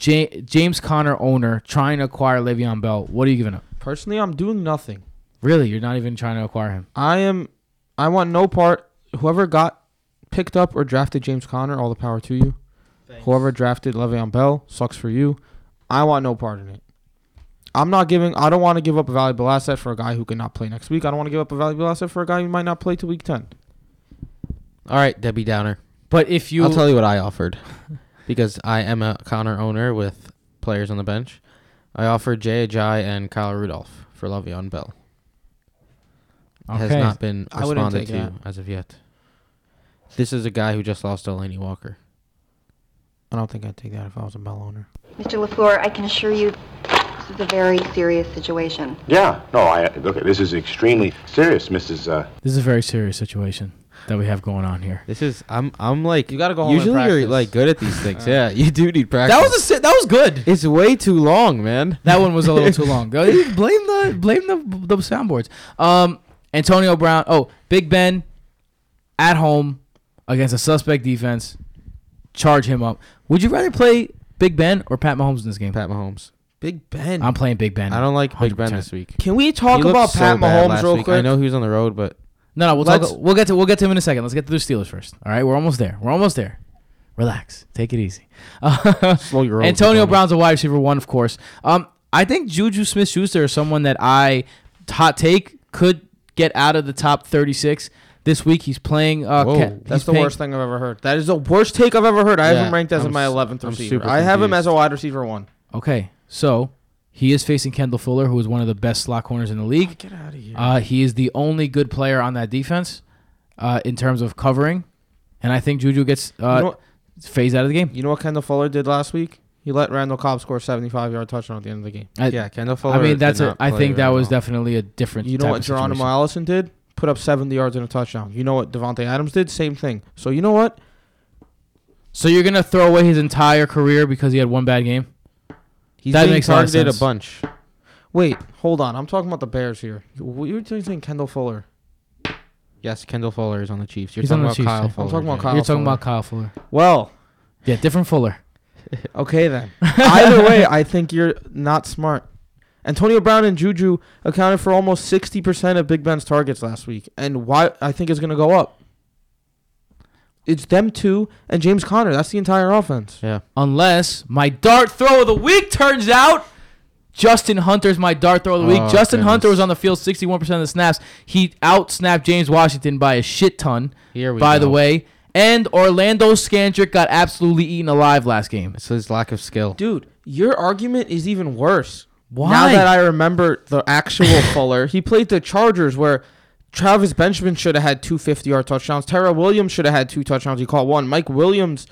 Speaker 1: Ja- James Conner owner trying to acquire Le'Veon Bell? What are you giving up?
Speaker 5: Personally, I'm doing nothing.
Speaker 1: Really, you're not even trying to acquire him.
Speaker 5: I am. I want no part. Whoever got picked up or drafted James Connor, all the power to you. Whoever drafted Le'Veon Bell, sucks for you. I want no part in it. I'm not giving. I don't want to give up a valuable asset for a guy who cannot play next week. I don't want to give up a valuable asset for a guy who might not play till week ten.
Speaker 2: All right, Debbie Downer.
Speaker 1: But if you,
Speaker 2: I'll tell you what I offered because I am a Connor owner with players on the bench. I offered Jay Ajay and Kyle Rudolph for Le'Veon Bell.
Speaker 1: okay.
Speaker 2: Has not been
Speaker 5: I wouldn't
Speaker 2: responded
Speaker 5: take
Speaker 2: to
Speaker 5: that.
Speaker 2: as of yet. This is a guy who just lost Delaney Walker.
Speaker 5: I don't think I'd take that if I was a Bell owner.
Speaker 8: Mr. LaFleur, I can assure you this is a very serious situation.
Speaker 9: Yeah, no, I, look, this is extremely serious, Mrs., uh,
Speaker 1: this is a very serious situation that we have going on here.
Speaker 2: This is I'm I'm like
Speaker 5: You gotta go home and
Speaker 2: Usually you're
Speaker 5: practice.
Speaker 2: like good at these things. yeah, you do need practice.
Speaker 1: That was a si- that was good.
Speaker 2: It's way too long, man.
Speaker 1: That one was a little too long. Go- blame the blame the the soundboards. Um, Antonio Brown. Oh, Big Ben at home against a suspect defense. Charge him up. Would you rather play Big Ben or Pat Mahomes in this game?
Speaker 2: Pat Mahomes. Big Ben.
Speaker 1: I'm playing Big Ben.
Speaker 2: I don't like Big Ben
Speaker 1: 100%.
Speaker 2: this week.
Speaker 5: Can we talk
Speaker 2: He looked
Speaker 5: about
Speaker 2: so
Speaker 5: Pat
Speaker 2: bad
Speaker 5: Mahomes
Speaker 2: last
Speaker 5: real
Speaker 2: week.
Speaker 5: quick?
Speaker 2: I know he was on the road, but
Speaker 1: No, no, we'll talk,
Speaker 5: Let's-
Speaker 1: we'll get to we'll get to him in a second. Let's get to the Steelers first. All right, we're almost there. We're almost there. Relax. Take it easy.
Speaker 2: Slow your roll,
Speaker 1: Antonio
Speaker 2: Tony.
Speaker 1: Brown's a wide receiver one, of course. Um, I think Juju Smith Schuster is someone that I hot take could get out of the top thirty six this week. He's playing. Uh,
Speaker 2: Whoa,
Speaker 1: Ke-
Speaker 2: that's
Speaker 1: he's
Speaker 5: That's the
Speaker 1: playing-
Speaker 5: worst thing I've ever heard. That is the worst take I've ever heard. I have
Speaker 2: Yeah,
Speaker 5: him ranked as
Speaker 2: I'm
Speaker 5: my
Speaker 2: s-
Speaker 5: 11th
Speaker 2: I'm
Speaker 5: receiver.
Speaker 2: super
Speaker 5: I have him
Speaker 2: confused.
Speaker 5: as a wide receiver one.
Speaker 1: Okay, so he is facing Kendall Fuller, who is one of the best slot corners in the
Speaker 5: Ah,
Speaker 1: league. Get out of here. Uh, he is the only good player on that defense uh, in terms of covering, and I think Juju gets uh,
Speaker 5: You know what-
Speaker 1: phased out of the game.
Speaker 5: You know what Kendall Fuller did last week? He let Randall Cobb score a 75 yard touchdown at the end of the game.
Speaker 1: I-
Speaker 2: yeah, Kendall Fuller.
Speaker 1: I mean,
Speaker 2: did
Speaker 1: that's a.
Speaker 2: not
Speaker 1: I
Speaker 2: play
Speaker 1: think that
Speaker 2: very
Speaker 1: was
Speaker 2: well.
Speaker 1: definitely a different.
Speaker 5: You know
Speaker 1: type
Speaker 5: what
Speaker 1: of
Speaker 5: Geronimo
Speaker 1: situation.
Speaker 5: Allison did? Put up 70 yards and a touchdown. You know what Devontae Adams did? Same thing. So you know what?
Speaker 1: So you're gonna throw away his entire career because he had one bad game?
Speaker 2: He's
Speaker 1: That
Speaker 2: being
Speaker 1: makes a lot of
Speaker 2: targeted a,
Speaker 1: sense.
Speaker 2: bunch.
Speaker 5: Wait, hold on. I'm talking about the Bears here. You you were saying Kendall Fuller.
Speaker 2: Yes, Kendall Fuller is on the Chiefs. You're
Speaker 1: He's on
Speaker 2: talking
Speaker 1: the Chiefs,
Speaker 2: about Kyle
Speaker 1: yeah. I'm
Speaker 2: Fuller.
Speaker 5: talking about
Speaker 2: Jay.
Speaker 5: Kyle
Speaker 1: you're talking
Speaker 5: Fuller.
Speaker 1: about Kyle Fuller.
Speaker 5: Well,
Speaker 1: Yeah, different Fuller.
Speaker 5: okay then. Either way, I think you're not smart. Antonio Brown and Juju accounted for almost 60% of Big Ben's targets last week. And why I think it's going to go up. It's them two and James Conner. That's the entire offense.
Speaker 2: Yeah.
Speaker 1: Unless my dart throw of the week turns out Justin Hunter's my dart throw of the week.
Speaker 2: Oh,
Speaker 1: Justin
Speaker 2: goodness.
Speaker 1: Hunter was on the field 61% of the snaps. He out snapped James Washington by a shit ton.
Speaker 2: Here we
Speaker 1: by the
Speaker 2: go.
Speaker 1: way. And Orlando Skandrick got absolutely eaten alive last game.
Speaker 2: It's his lack of skill.
Speaker 5: Dude, your argument is even worse. Now
Speaker 1: Why?
Speaker 5: that I remember the actual Fuller, he played the Chargers where Travis Benjamin should have had two 50 yard touchdowns. Tara Williams should have had two touchdowns. He caught one. Mike Williams,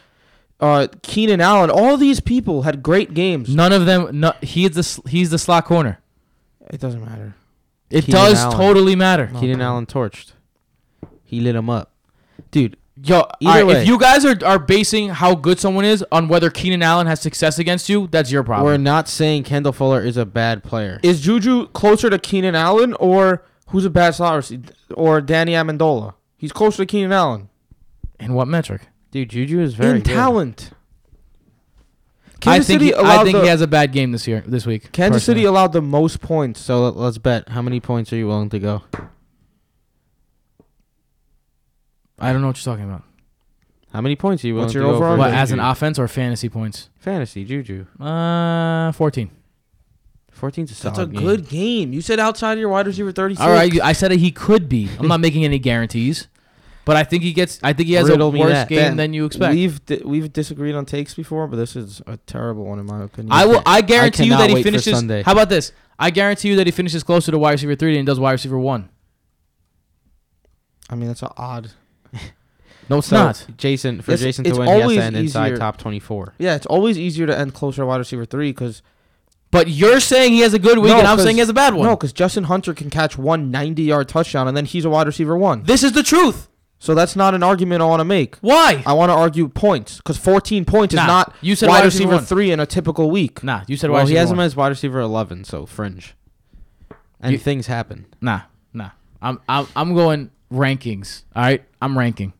Speaker 5: uh, Keenan Allen, all these people had great games.
Speaker 1: None of them no, he's the s- he's the slot corner.
Speaker 5: It doesn't matter.
Speaker 1: It
Speaker 2: Keenan
Speaker 1: does
Speaker 2: Allen.
Speaker 1: totally matter.
Speaker 2: Keenan Allen torched. He lit him up. Dude,
Speaker 1: Yo, all
Speaker 2: Either
Speaker 1: right,
Speaker 2: way.
Speaker 1: if you guys are, are basing how good someone is on whether Keenan Allen has success against you, that's your
Speaker 2: we're
Speaker 1: problem.
Speaker 2: not saying Kendall Fuller is a bad player.
Speaker 5: Is Juju closer to Keenan Allen or who's a bad slot receiver? Or Danny Amendola? He's closer to Keenan Allen.
Speaker 1: In what metric?
Speaker 2: Dude, Juju is very
Speaker 5: In
Speaker 2: good.
Speaker 5: talent.
Speaker 1: I
Speaker 5: Kansas
Speaker 1: think
Speaker 5: City
Speaker 1: he, I
Speaker 5: allowed
Speaker 1: think
Speaker 5: the-
Speaker 1: he has a bad game this year, this week.
Speaker 5: Kansas
Speaker 1: personally.
Speaker 5: City allowed the most points.
Speaker 2: So let, let's bet. How many points are you willing to go?
Speaker 1: I don't know what you're talking about.
Speaker 2: How many points are you willing
Speaker 5: What's
Speaker 2: to
Speaker 5: your
Speaker 2: go?
Speaker 5: overall?
Speaker 2: for
Speaker 1: What
Speaker 5: Juju.
Speaker 1: as an offense or fantasy points?
Speaker 2: fantasy Juju?
Speaker 1: Uh, fourteen.
Speaker 2: 14 is a solid
Speaker 5: That's a good game. You said outside of your wide receiver 36.
Speaker 1: All right, you- I said that he could be. I'm not making any guarantees, but I think he gets. I think he has
Speaker 2: Riddle
Speaker 1: a
Speaker 2: me
Speaker 1: worse
Speaker 2: that.
Speaker 1: game
Speaker 5: Ben,
Speaker 1: than you expect.
Speaker 5: We've di- we've disagreed on takes before, but this is a terrible one in my opinion.
Speaker 1: I will. I guarantee you
Speaker 2: cannot
Speaker 1: that
Speaker 2: wait
Speaker 1: he
Speaker 2: for
Speaker 1: finishes.
Speaker 2: Sunday.
Speaker 1: How about this? I guarantee you that he finishes closer to wide receiver three than he does wide receiver one.
Speaker 5: I mean, that's an odd.
Speaker 1: No, it's
Speaker 2: So,
Speaker 1: not.
Speaker 2: Jason for
Speaker 5: It's-
Speaker 2: Jason to
Speaker 5: it's
Speaker 2: win, he has
Speaker 5: always
Speaker 2: to end inside
Speaker 5: easier.
Speaker 2: top 24.
Speaker 5: Yeah, it's always easier to end closer to wide receiver three because
Speaker 1: But you're saying he has a good week, and I'm saying he has a bad one.
Speaker 5: No, because Justin Hunter can catch one 90 yard touchdown and then he's a wide receiver one.
Speaker 1: This is the truth.
Speaker 5: So that's not an argument I want to make.
Speaker 1: Why?
Speaker 5: I want to argue points because 14 points
Speaker 1: Nah,
Speaker 5: is not
Speaker 1: you said
Speaker 5: wide
Speaker 1: wide receiver
Speaker 5: receiver
Speaker 1: one.
Speaker 5: three in a typical week.
Speaker 1: nah, you said
Speaker 2: Well,
Speaker 1: wide
Speaker 2: he
Speaker 1: receiver
Speaker 2: has him
Speaker 1: one.
Speaker 2: as wide receiver 11, so fringe. And
Speaker 1: You-
Speaker 2: things happen.
Speaker 1: Nah, nah. I'm, I'm I'm going rankings. All right, I'm ranking.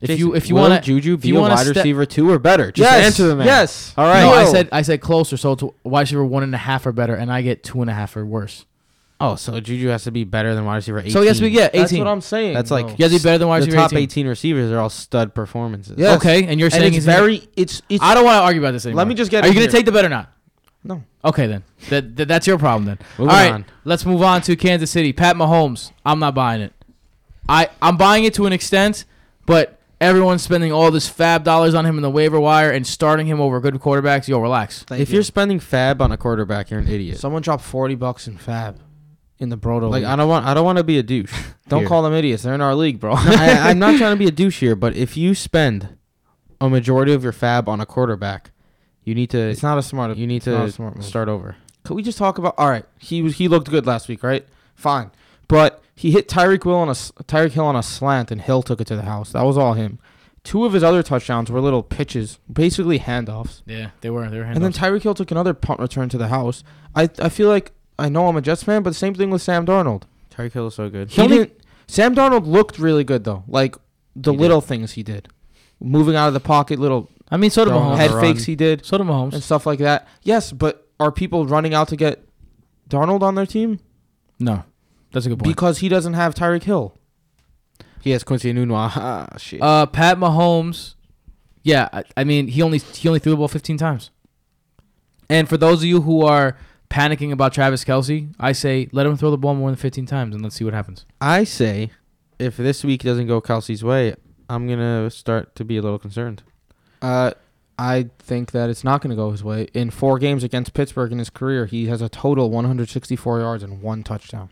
Speaker 1: If
Speaker 2: Jason,
Speaker 1: you if you
Speaker 2: will
Speaker 1: want
Speaker 2: Juju
Speaker 1: if
Speaker 2: be
Speaker 1: you
Speaker 2: a
Speaker 1: wanna
Speaker 2: wide
Speaker 1: step-
Speaker 2: receiver two or better, just
Speaker 5: Yes,
Speaker 2: answer the man.
Speaker 5: yes.
Speaker 2: All right.
Speaker 1: No, I
Speaker 5: Will.
Speaker 1: said I said closer, so it's wide receiver one and a half or better, and I get two and a half or worse.
Speaker 2: oh, so Juju has to be better than wide receiver 18.
Speaker 1: So yes, we get eighteen.
Speaker 5: That's what I'm saying.
Speaker 2: That's like
Speaker 5: though.
Speaker 1: You gotta be better than wide
Speaker 2: the
Speaker 1: receiver
Speaker 2: top
Speaker 1: 18.
Speaker 2: 18 receivers are all stud performances.
Speaker 5: Yes.
Speaker 1: Okay, and you're
Speaker 5: and
Speaker 1: saying
Speaker 5: it's
Speaker 1: he's
Speaker 5: very. It's it's
Speaker 1: I don't want to argue about this anymore.
Speaker 5: me just get
Speaker 1: Are
Speaker 5: it
Speaker 1: you gonna
Speaker 5: here.
Speaker 1: take the bet or not?
Speaker 5: No.
Speaker 1: Okay, then that, that that's your problem then.
Speaker 2: Moving
Speaker 1: All right,
Speaker 2: on.
Speaker 1: let's move on to Kansas City. Pat Mahomes, I'm not buying it. I I'm buying it to an extent, but everyone's spending all this fab dollars on him in the waiver wire and starting him over good quarterbacks. Yo, relax.
Speaker 5: Thank
Speaker 2: If you're spending fab on a quarterback, you're an idiot.
Speaker 5: someone dropped forty bucks in Fab, in the Broto,
Speaker 2: like
Speaker 5: league.
Speaker 2: I don't want I don't want to be a douche.
Speaker 5: don't
Speaker 2: here.
Speaker 5: call them idiots. They're in our league, bro.
Speaker 2: I, I'm not trying to be a douche here, but if you spend a majority of your fab on a quarterback, you need to
Speaker 5: it's not a smart.
Speaker 2: you need
Speaker 5: it's not
Speaker 2: to
Speaker 5: a smart move.
Speaker 2: start over.
Speaker 5: Could we just talk about? All right, he was he looked good last week, right? Fine, but he hit Tyreek Hill on a s- Tyreek Hill on a slant, and Hill took it to the house. That was all him. Two of his other touchdowns were little pitches, basically handoffs.
Speaker 1: Yeah, they were they were
Speaker 5: And then Tyreek Hill took another punt return to the house. I I feel like I know I'm a Jets fan, but same thing with Sam Darnold.
Speaker 2: Tyreek Hill is so good.
Speaker 5: He didn't, Sam Darnold looked really good though, like the little things he did, moving out of the pocket, little
Speaker 1: I mean, so did
Speaker 2: Throwing
Speaker 1: Mahomes.
Speaker 5: head
Speaker 2: run.
Speaker 5: fakes he did,
Speaker 1: So did
Speaker 5: and
Speaker 1: Mahomes.
Speaker 5: stuff like that. Yes, but are people running out to get Darnold on their team?
Speaker 1: No, that's a good point.
Speaker 5: Because he doesn't have Tyreek Hill.
Speaker 2: He has Quincy Anunua. Ah, shit.
Speaker 1: Uh, Pat Mahomes, yeah, I, I mean he only he only threw the ball 15 times. And for those of you who are panicking about Travis Kelsey, I say let him throw the ball more than 15 times and let's see what happens.
Speaker 2: I say, if this week doesn't go Kelsey's way, I'm gonna start to be a little concerned.
Speaker 5: Uh, I think that it's not going to go his way. In four games against Pittsburgh in his career, he has a total 164 yards and one touchdown.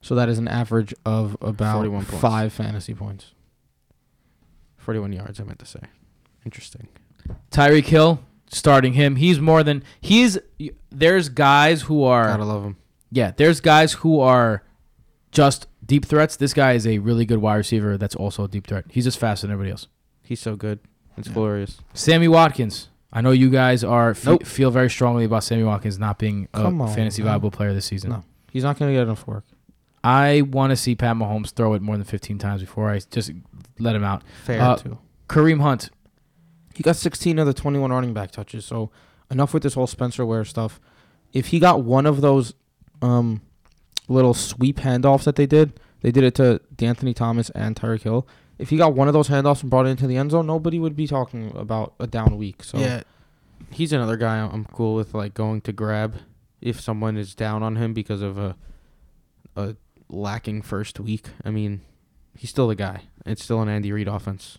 Speaker 5: So that is an average of about
Speaker 2: 41 points.
Speaker 5: five fantasy points.
Speaker 2: 41 yards, I meant to say. Interesting.
Speaker 1: Tyreek Hill starting him, he's more than he's. There's guys who
Speaker 2: Gotta
Speaker 1: are
Speaker 2: love him.
Speaker 1: yeah, there's guys who are just deep threats. This guy is a really good wide receiver. That's also a deep threat. He's just faster than everybody else.
Speaker 2: He's so good. It's glorious.
Speaker 1: Sammy Watkins. I know you guys are fe-
Speaker 2: Nope.
Speaker 1: feel very strongly about Sammy Watkins not being a
Speaker 5: Come on,
Speaker 1: fantasy
Speaker 5: man.
Speaker 1: viable player this season.
Speaker 5: No. He's not going to get enough work.
Speaker 1: I want to see Pat Mahomes throw it more than 15 times before I just let him out.
Speaker 5: Fair
Speaker 1: Uh,
Speaker 5: too.
Speaker 1: Kareem Hunt.
Speaker 5: He got 16 of the 21 running back touches. So enough with this whole Spencer Ware stuff. If he got one of those um, little sweep handoffs that they did, they did it to D'Anthony Thomas and Tyreek Hill. If he got one of those handoffs and brought it into the end zone, nobody would be talking about a down week. So
Speaker 2: Yeah. He's another guy I'm cool with, like, going to grab if someone is down on him because of a, a lacking first week. I mean, he's still the guy. It's still an Andy Reid offense.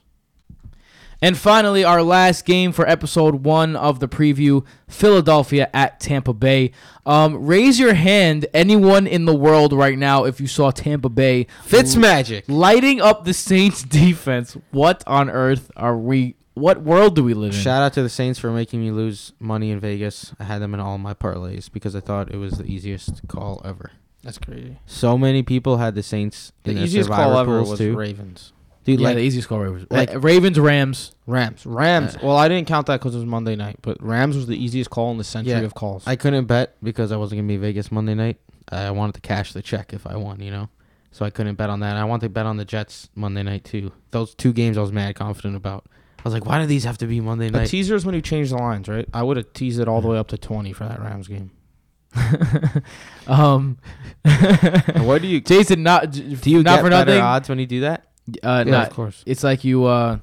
Speaker 1: And finally, our last game for episode one of the preview Philadelphia at Tampa Bay. Um, raise your hand, anyone in the world right now, if you saw Tampa Bay
Speaker 2: Fitz magic.
Speaker 1: lighting up the Saints defense. What on earth are we? What world do we live in?
Speaker 2: Shout out to the Saints for making me lose money in Vegas. I had them in all my parlays because I thought it was the easiest call ever.
Speaker 5: that's crazy.
Speaker 2: So many people had the Saints.
Speaker 5: The
Speaker 2: in their
Speaker 5: easiest
Speaker 2: survivor
Speaker 5: call ever
Speaker 2: pools,
Speaker 5: was
Speaker 2: too.
Speaker 5: Ravens.
Speaker 2: dude.
Speaker 1: yeah,
Speaker 2: like
Speaker 1: the easiest call Ravens.
Speaker 2: like-
Speaker 1: Uh, Ravens, Rams.
Speaker 5: Rams. Rams.
Speaker 2: uh,
Speaker 5: well, I didn't count that because it was Monday night, but Rams was the easiest call in the century
Speaker 2: Yeah.
Speaker 5: of calls.
Speaker 2: I couldn't bet because I wasn't gonna be in Vegas Monday night. I wanted to cash the check if I won, you know. So I couldn't bet on that. I wanted to bet on the Jets Monday night too. Those two games I was mad confident about. I was like, why do these have to be Monday
Speaker 5: a
Speaker 2: night?
Speaker 5: teaser is when you change the lines, right? I would have teased it all the way up to 20 for that Rams game.
Speaker 1: Um,
Speaker 2: what do you
Speaker 1: Jason, not do
Speaker 2: you
Speaker 1: not
Speaker 2: get
Speaker 1: for
Speaker 2: better
Speaker 1: nothing.
Speaker 2: odds when you do that?
Speaker 1: Uh,
Speaker 5: Yeah,
Speaker 1: not-
Speaker 5: of course.
Speaker 1: It's like you, uh,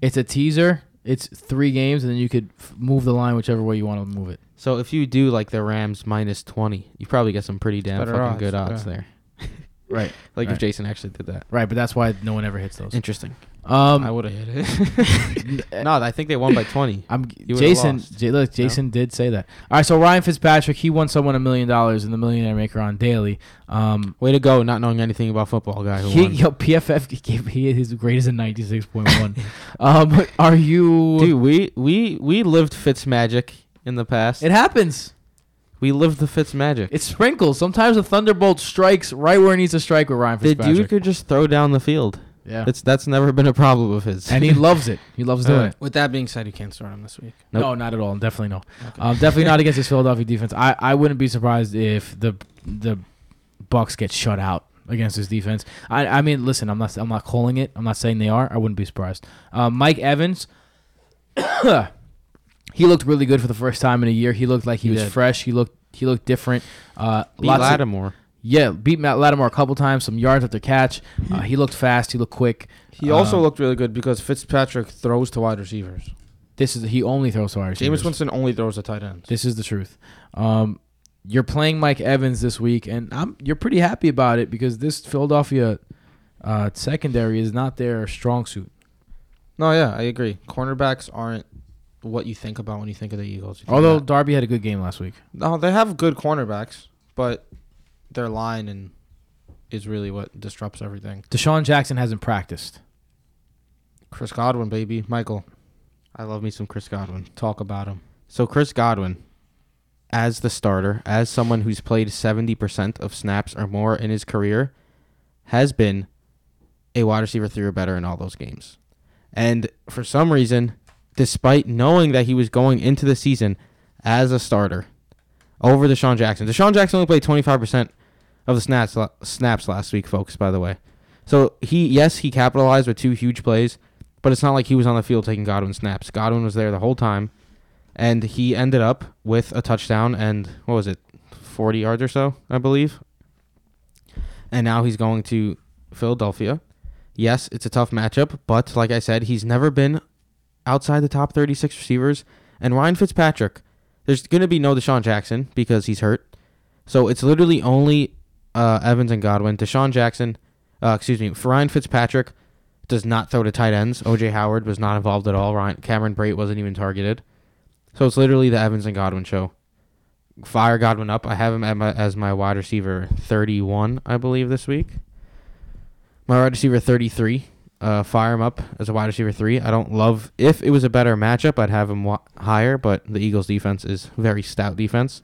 Speaker 1: it's a teaser. It's three games, and then you could f- move the line whichever way you want to move it.
Speaker 2: So if you do like the Rams minus twenty, you probably get some pretty damn
Speaker 5: better
Speaker 2: fucking
Speaker 5: odds,
Speaker 2: good odds
Speaker 5: yeah.
Speaker 2: there.
Speaker 1: Right,
Speaker 2: Like
Speaker 1: Right.
Speaker 2: if Jason actually did that.
Speaker 1: right. But that's why no one ever hits those.
Speaker 2: Interesting.
Speaker 5: I
Speaker 1: Um, eh,
Speaker 5: would have hit it.
Speaker 2: No, I think they won by twenty.
Speaker 1: I'm
Speaker 2: would've
Speaker 1: Jason.
Speaker 2: lost.
Speaker 1: J- look, Jason did say that. All right, so Ryan Fitzpatrick, he won someone a million dollars in the Millionaire Maker on Daily. Um,
Speaker 2: Way to go, not knowing anything about football, guy. Who
Speaker 1: he,
Speaker 2: won.
Speaker 1: yo, PFF gave he his grade is a ninety six point one. Um, are you?
Speaker 2: Dude, we we we lived Fitz magic in the past.
Speaker 1: it happens.
Speaker 2: we lived the Fitz magic.
Speaker 1: It sprinkles. Sometimes a thunderbolt strikes right where it needs to strike with Ryan
Speaker 2: the
Speaker 1: Fitzpatrick.
Speaker 2: dude could just throw down the field.
Speaker 1: yeah,
Speaker 2: That's that's never been a problem of his.
Speaker 1: and he loves it. He loves doing
Speaker 2: Uh,
Speaker 1: it.
Speaker 5: With that being said, you can't start him this week.
Speaker 2: Nope.
Speaker 1: No, not at all. Definitely no. Um, definitely not against this Philadelphia defense. I, I wouldn't be surprised if the the Bucks get shut out against this defense. I I mean, listen, I'm not I'm not calling it. I'm not saying they are. I wouldn't be surprised. Um, Mike Evans, he looked really good for the first time in a year. He looked like he, was
Speaker 2: did.
Speaker 1: fresh. He looked he looked different. Uh,
Speaker 2: Beat
Speaker 1: lots of-
Speaker 2: Lattimore.
Speaker 1: yeah, beat Matt Lattimore a couple times. Some yards after catch. Uh, he looked fast. He looked quick.
Speaker 5: He also
Speaker 1: Um,
Speaker 2: Uh,
Speaker 5: looked really good because Fitzpatrick throws to wide receivers.
Speaker 1: This is he only throws to wide receivers.
Speaker 2: Jameis Winston only throws a tight end.
Speaker 1: This is the truth. Um, you're playing Mike Evans this week, and I'm you're pretty happy about it because this Philadelphia uh, secondary is not their strong suit.
Speaker 2: No, yeah, I agree. Cornerbacks aren't what you think about when you think of the Eagles. You think
Speaker 1: Although
Speaker 2: that-
Speaker 1: Darby had a good game last week.
Speaker 2: no, they have good cornerbacks, but their line and is really what disrupts everything.
Speaker 1: Deshaun Jackson hasn't practiced.
Speaker 2: Chris Godwin, baby, Michael, I love me some Chris Godwin. Talk about him.
Speaker 5: So Chris Godwin, as the starter, as someone who's played seventy percent of snaps or more in his career, has been a wide receiver three or better in all those games. And for some reason, despite knowing that he was going into the season as a starter over Deshaun Jackson, Deshaun Jackson only played twenty five percent of the snaps snaps last week, folks. By the way, so he yes he capitalized with two huge plays, but it's not like he was on the field taking Godwin snaps. Godwin was there the whole time and he ended up with a touchdown and what was it 40 yards or so i believe and now he's going to philadelphia yes it's a tough matchup but like i said he's never been outside the top 36 receivers and ryan fitzpatrick there's going to be no deshaun jackson because he's hurt so it's literally only uh, evans and godwin deshaun jackson uh, excuse me ryan fitzpatrick does not throw to tight ends oj howard was not involved at all ryan cameron brait wasn't even targeted so it's literally the Evans and Godwin show. Fire Godwin up. I have him at my, as my wide receiver 31, I believe, this week. My wide receiver 33. Uh, fire him up as a wide receiver 3. I don't love. If it was a better matchup, I'd have him wa- higher, but the Eagles' defense is very stout defense.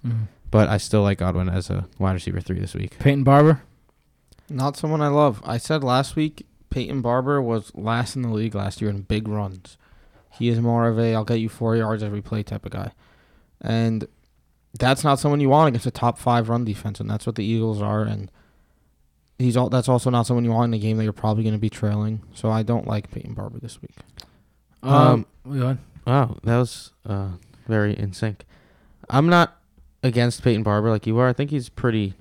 Speaker 5: But I still like Godwin as a wide receiver 3 this week.
Speaker 1: Peyton Barber.
Speaker 2: Not someone I love. I said last week Peyton Barber was last in the league last year in big runs. He is more of a I'll get you four yards every play type of guy. And that's not someone you want against a top five run defense, and that's what the Eagles are and he's all that's also not someone you want in a game that you're probably gonna be trailing. So I don't like Peyton Barber this week.
Speaker 1: Um, go on.
Speaker 5: Wow, that was uh, very in sync. I'm not against Peyton Barber like you are. I think he's pretty,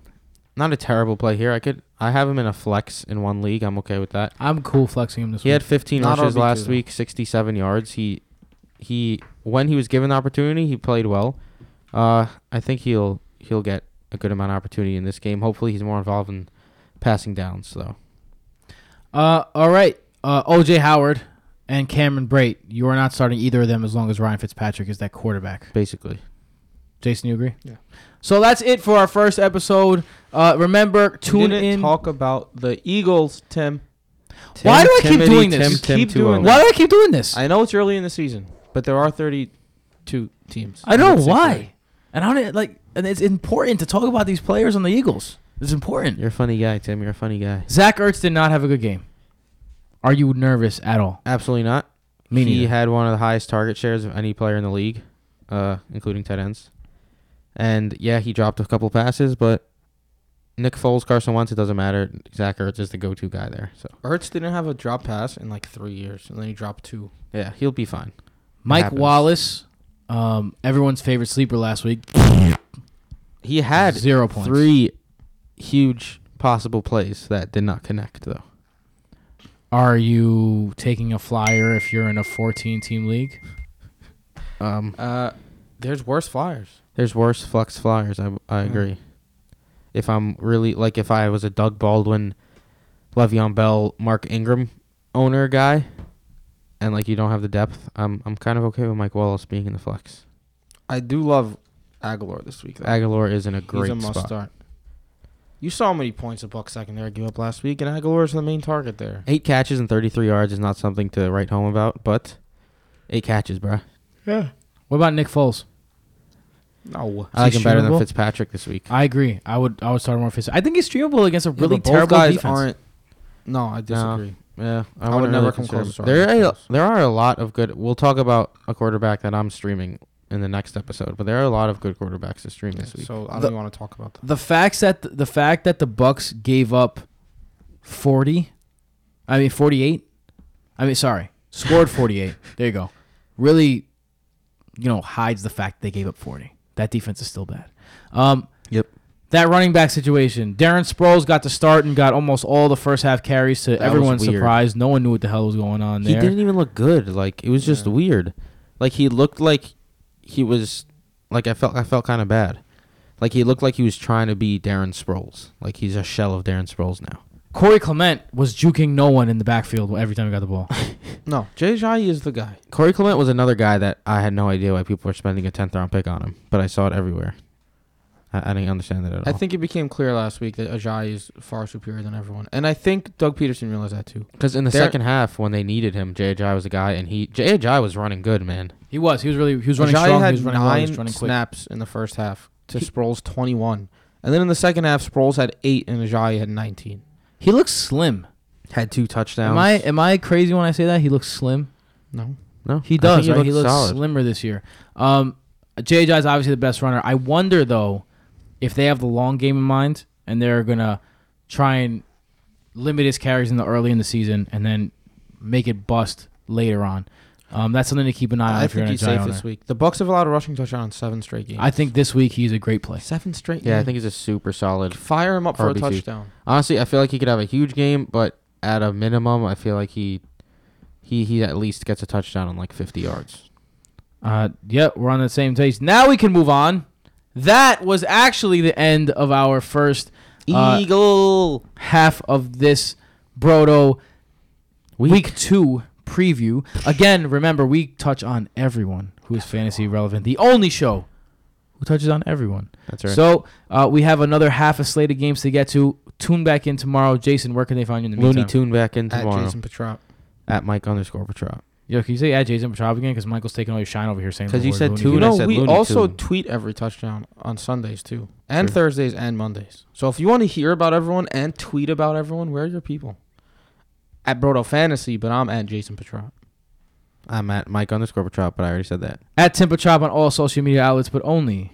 Speaker 5: not a terrible play here. I could, I have him in a flex in one league. I'm okay with that.
Speaker 1: I'm cool flexing him this
Speaker 5: He
Speaker 1: week.
Speaker 5: had 15
Speaker 2: Not
Speaker 5: rushes
Speaker 2: RB2
Speaker 5: last
Speaker 2: though.
Speaker 5: week, 67 yards. He, he, when he was given the opportunity, he played well. Uh, I think he'll he'll get a good amount of opportunity in this game. Hopefully, he's more involved in passing downs though.
Speaker 1: Uh, all right. Uh, OJ Howard and Cameron Brait. You are not starting either of them as long as Ryan Fitzpatrick is that quarterback.
Speaker 5: Basically,
Speaker 1: Jason, you agree? Yeah. So that's it for our first episode. Uh, remember, tune
Speaker 2: Didn't
Speaker 1: in.
Speaker 2: talk about the Eagles, Tim.
Speaker 1: Why do I keep
Speaker 5: Timothy
Speaker 1: doing this?
Speaker 5: Tim,
Speaker 2: Keep
Speaker 5: Tim
Speaker 2: doing
Speaker 5: 2-0.
Speaker 2: that.
Speaker 1: Why do I keep doing this? I,
Speaker 2: oh. I know it's early in the season, but there are thirty two teams.
Speaker 1: don't know
Speaker 2: Six
Speaker 1: why. And I don't like. And it's important to talk about these players on the Eagles. It's important.
Speaker 5: You're a funny guy, Tim. You're a funny guy.
Speaker 1: Zach Ertz did not have a good game. Are you nervous at all?
Speaker 5: Absolutely not.
Speaker 1: Me
Speaker 5: he
Speaker 1: neither.
Speaker 5: had one of the highest target shares of any player in the league, uh, including tight ends. And yeah, he dropped a couple passes, but Nick Foles, Carson Wentz, it doesn't matter. Zach Ertz is the go-to guy there, so
Speaker 2: Ertz didn't have a drop pass in like three years, and then he dropped two.
Speaker 5: yeah, he'll be fine.
Speaker 1: Mike
Speaker 5: happens.
Speaker 1: Wallace, um, everyone's favorite sleeper last week.
Speaker 5: He had
Speaker 1: Zero points.
Speaker 5: three huge possible plays that did not connect, though.
Speaker 1: Are you taking a flyer if you're in a 14 team league?
Speaker 5: Um,
Speaker 2: Uh, there's worse flyers.
Speaker 5: there's worse flex flyers. I I agree. If I'm really like if I was a Doug Baldwin, Le'Veon Bell, Mark Ingram owner guy, and like you don't have the depth, I'm I'm kind of okay with Mike Wallace being in the flex.
Speaker 2: I do love Aguilar this week. Though.
Speaker 5: Aguilar is in a great
Speaker 2: He's a must
Speaker 5: spot.
Speaker 2: start. You saw how many points the Buck secondary gave up last week, and Aguilar's the main target there.
Speaker 5: Eight catches and 33 yards is not something to write home about, but eight catches, bruh.
Speaker 1: What about Nick Foles?
Speaker 2: No,
Speaker 5: I like him better
Speaker 1: streamable?
Speaker 5: than Fitzpatrick this week.
Speaker 1: I agree. I would. I would start more Fitz. I think he's streamable against a really
Speaker 2: but both
Speaker 1: terrible
Speaker 2: guys
Speaker 1: defense.
Speaker 2: aren't. No, I disagree.
Speaker 5: Yeah, I,
Speaker 2: would
Speaker 5: wouldn't
Speaker 2: never
Speaker 5: really
Speaker 2: come
Speaker 5: consider
Speaker 2: close to
Speaker 5: him. There,
Speaker 2: Armstrong.
Speaker 5: are, there are a lot of good. We'll talk about a quarterback that I'm streaming in the next episode, but there are a lot of good quarterbacks to stream this week.
Speaker 2: So I don't
Speaker 1: The-
Speaker 2: even want to talk about that.
Speaker 1: the facts that the, fact that the Bucks gave up forty, I mean forty eight, I mean sorry, scored forty eight. there you go. Really, you know, hides the fact they gave up forty. That defense is still bad. Um,
Speaker 5: Yep.
Speaker 1: that running back situation. Darren Sproles got to start and got almost all the first half carries to
Speaker 5: was
Speaker 1: everyone's
Speaker 5: weird.
Speaker 1: surprise. No one knew what the hell was going on
Speaker 5: He
Speaker 1: there.
Speaker 5: didn't even look good. Like it was just weird.
Speaker 2: Like he looked like he was like I felt I felt kind of bad. Like he looked like he was trying to be Darren Sproles. Like he's a shell of Darren Sproles now.
Speaker 1: Corey Clement was juking no one in the backfield every time he got the ball.
Speaker 5: No, Jai is the guy.
Speaker 2: Corey Clement was another guy that I had no idea why people were spending a tenth round pick on him, but I saw it everywhere. I, I didn't understand it at all.
Speaker 5: I think it became clear last week that Ajay is far superior than everyone, and I think Doug Peterson realized that too.
Speaker 2: because in the
Speaker 5: They're-
Speaker 2: second half when they needed him, Jai was a guy, and he Jai was running good, man.
Speaker 1: He was. He was really. He was running
Speaker 5: Ajay
Speaker 1: strong.
Speaker 5: had
Speaker 1: he was running well. He
Speaker 5: nine
Speaker 1: was running quick.
Speaker 5: snaps in the first half to Sproles twenty one, and then in the second half Sproles had eight and Ajay had nineteen.
Speaker 1: He looks slim.
Speaker 2: Had two touchdowns.
Speaker 1: Am I am I crazy when I say that? He looks slim.
Speaker 5: No,
Speaker 2: No,
Speaker 1: He
Speaker 2: I think
Speaker 1: does. right? He
Speaker 2: looked
Speaker 1: looks slimmer this year. Um, JJ is obviously the best runner. I wonder though if they have the long game in mind and they're gonna try and limit his carries in the early in the season and then make it bust later on. Um, that's something to keep an eye on
Speaker 5: I
Speaker 1: if you're
Speaker 5: think
Speaker 1: an
Speaker 5: he's
Speaker 1: Ajay
Speaker 5: safe
Speaker 1: owner.
Speaker 5: this week. The Bucks have allowed a rushing touchdown in seven straight games.
Speaker 1: I think this week he's a great play.
Speaker 5: seven straight.
Speaker 2: Yeah, I
Speaker 5: games.
Speaker 2: think he's a super solid.
Speaker 5: fire him up for
Speaker 2: RB2.
Speaker 5: a touchdown.
Speaker 2: Honestly, I feel like he could have a huge game, but at a minimum, I feel like he he he at least gets a touchdown on like 50 yards.
Speaker 1: Uh, yep, we're on the same page. Now we can move on. That was actually the end of our first uh,
Speaker 2: Eagle.
Speaker 1: half of this Brodo
Speaker 2: Week.
Speaker 1: week. two preview. Again, remember we touch on everyone who is fantasy relevant. The only show who touches on everyone.
Speaker 2: That's right.
Speaker 1: So uh, we have another half a slate of games to get to. Tune back in tomorrow, Jason. Where can they find you in the
Speaker 2: Looney
Speaker 1: meantime?
Speaker 2: Tune back in
Speaker 5: At
Speaker 2: tomorrow
Speaker 5: Jason Petrop.
Speaker 2: at Mike underscore Petrop.
Speaker 1: Yo, can you say yeah, Jason Petrov again? Because Michael's taking all your shine over here saying. the
Speaker 2: Because you
Speaker 1: word
Speaker 2: said
Speaker 1: Looney
Speaker 2: tune,
Speaker 1: Tune.
Speaker 2: I
Speaker 5: No,
Speaker 2: said
Speaker 5: we
Speaker 2: Looney
Speaker 5: also
Speaker 2: Tune.
Speaker 5: tweet every touchdown on Sundays too, and Thursdays and Mondays. So if you want to hear about everyone and tweet about everyone, where are your people? At Brodo Fantasy, but I'm at Jason Petrop.
Speaker 2: I'm at Mike underscore Petrop, but I already said that.
Speaker 1: At Temper Chop on all social media outlets, but only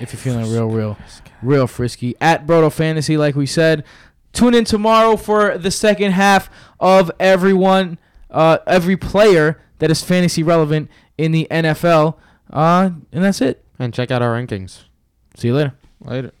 Speaker 1: if you're feeling real, real, real frisky. At Broto Fantasy, like we said. Tune in tomorrow for the second half of everyone, uh, every player that is fantasy relevant in the NFL. Uh, and that's it.
Speaker 2: And check out our rankings.
Speaker 1: See you later.
Speaker 5: Later.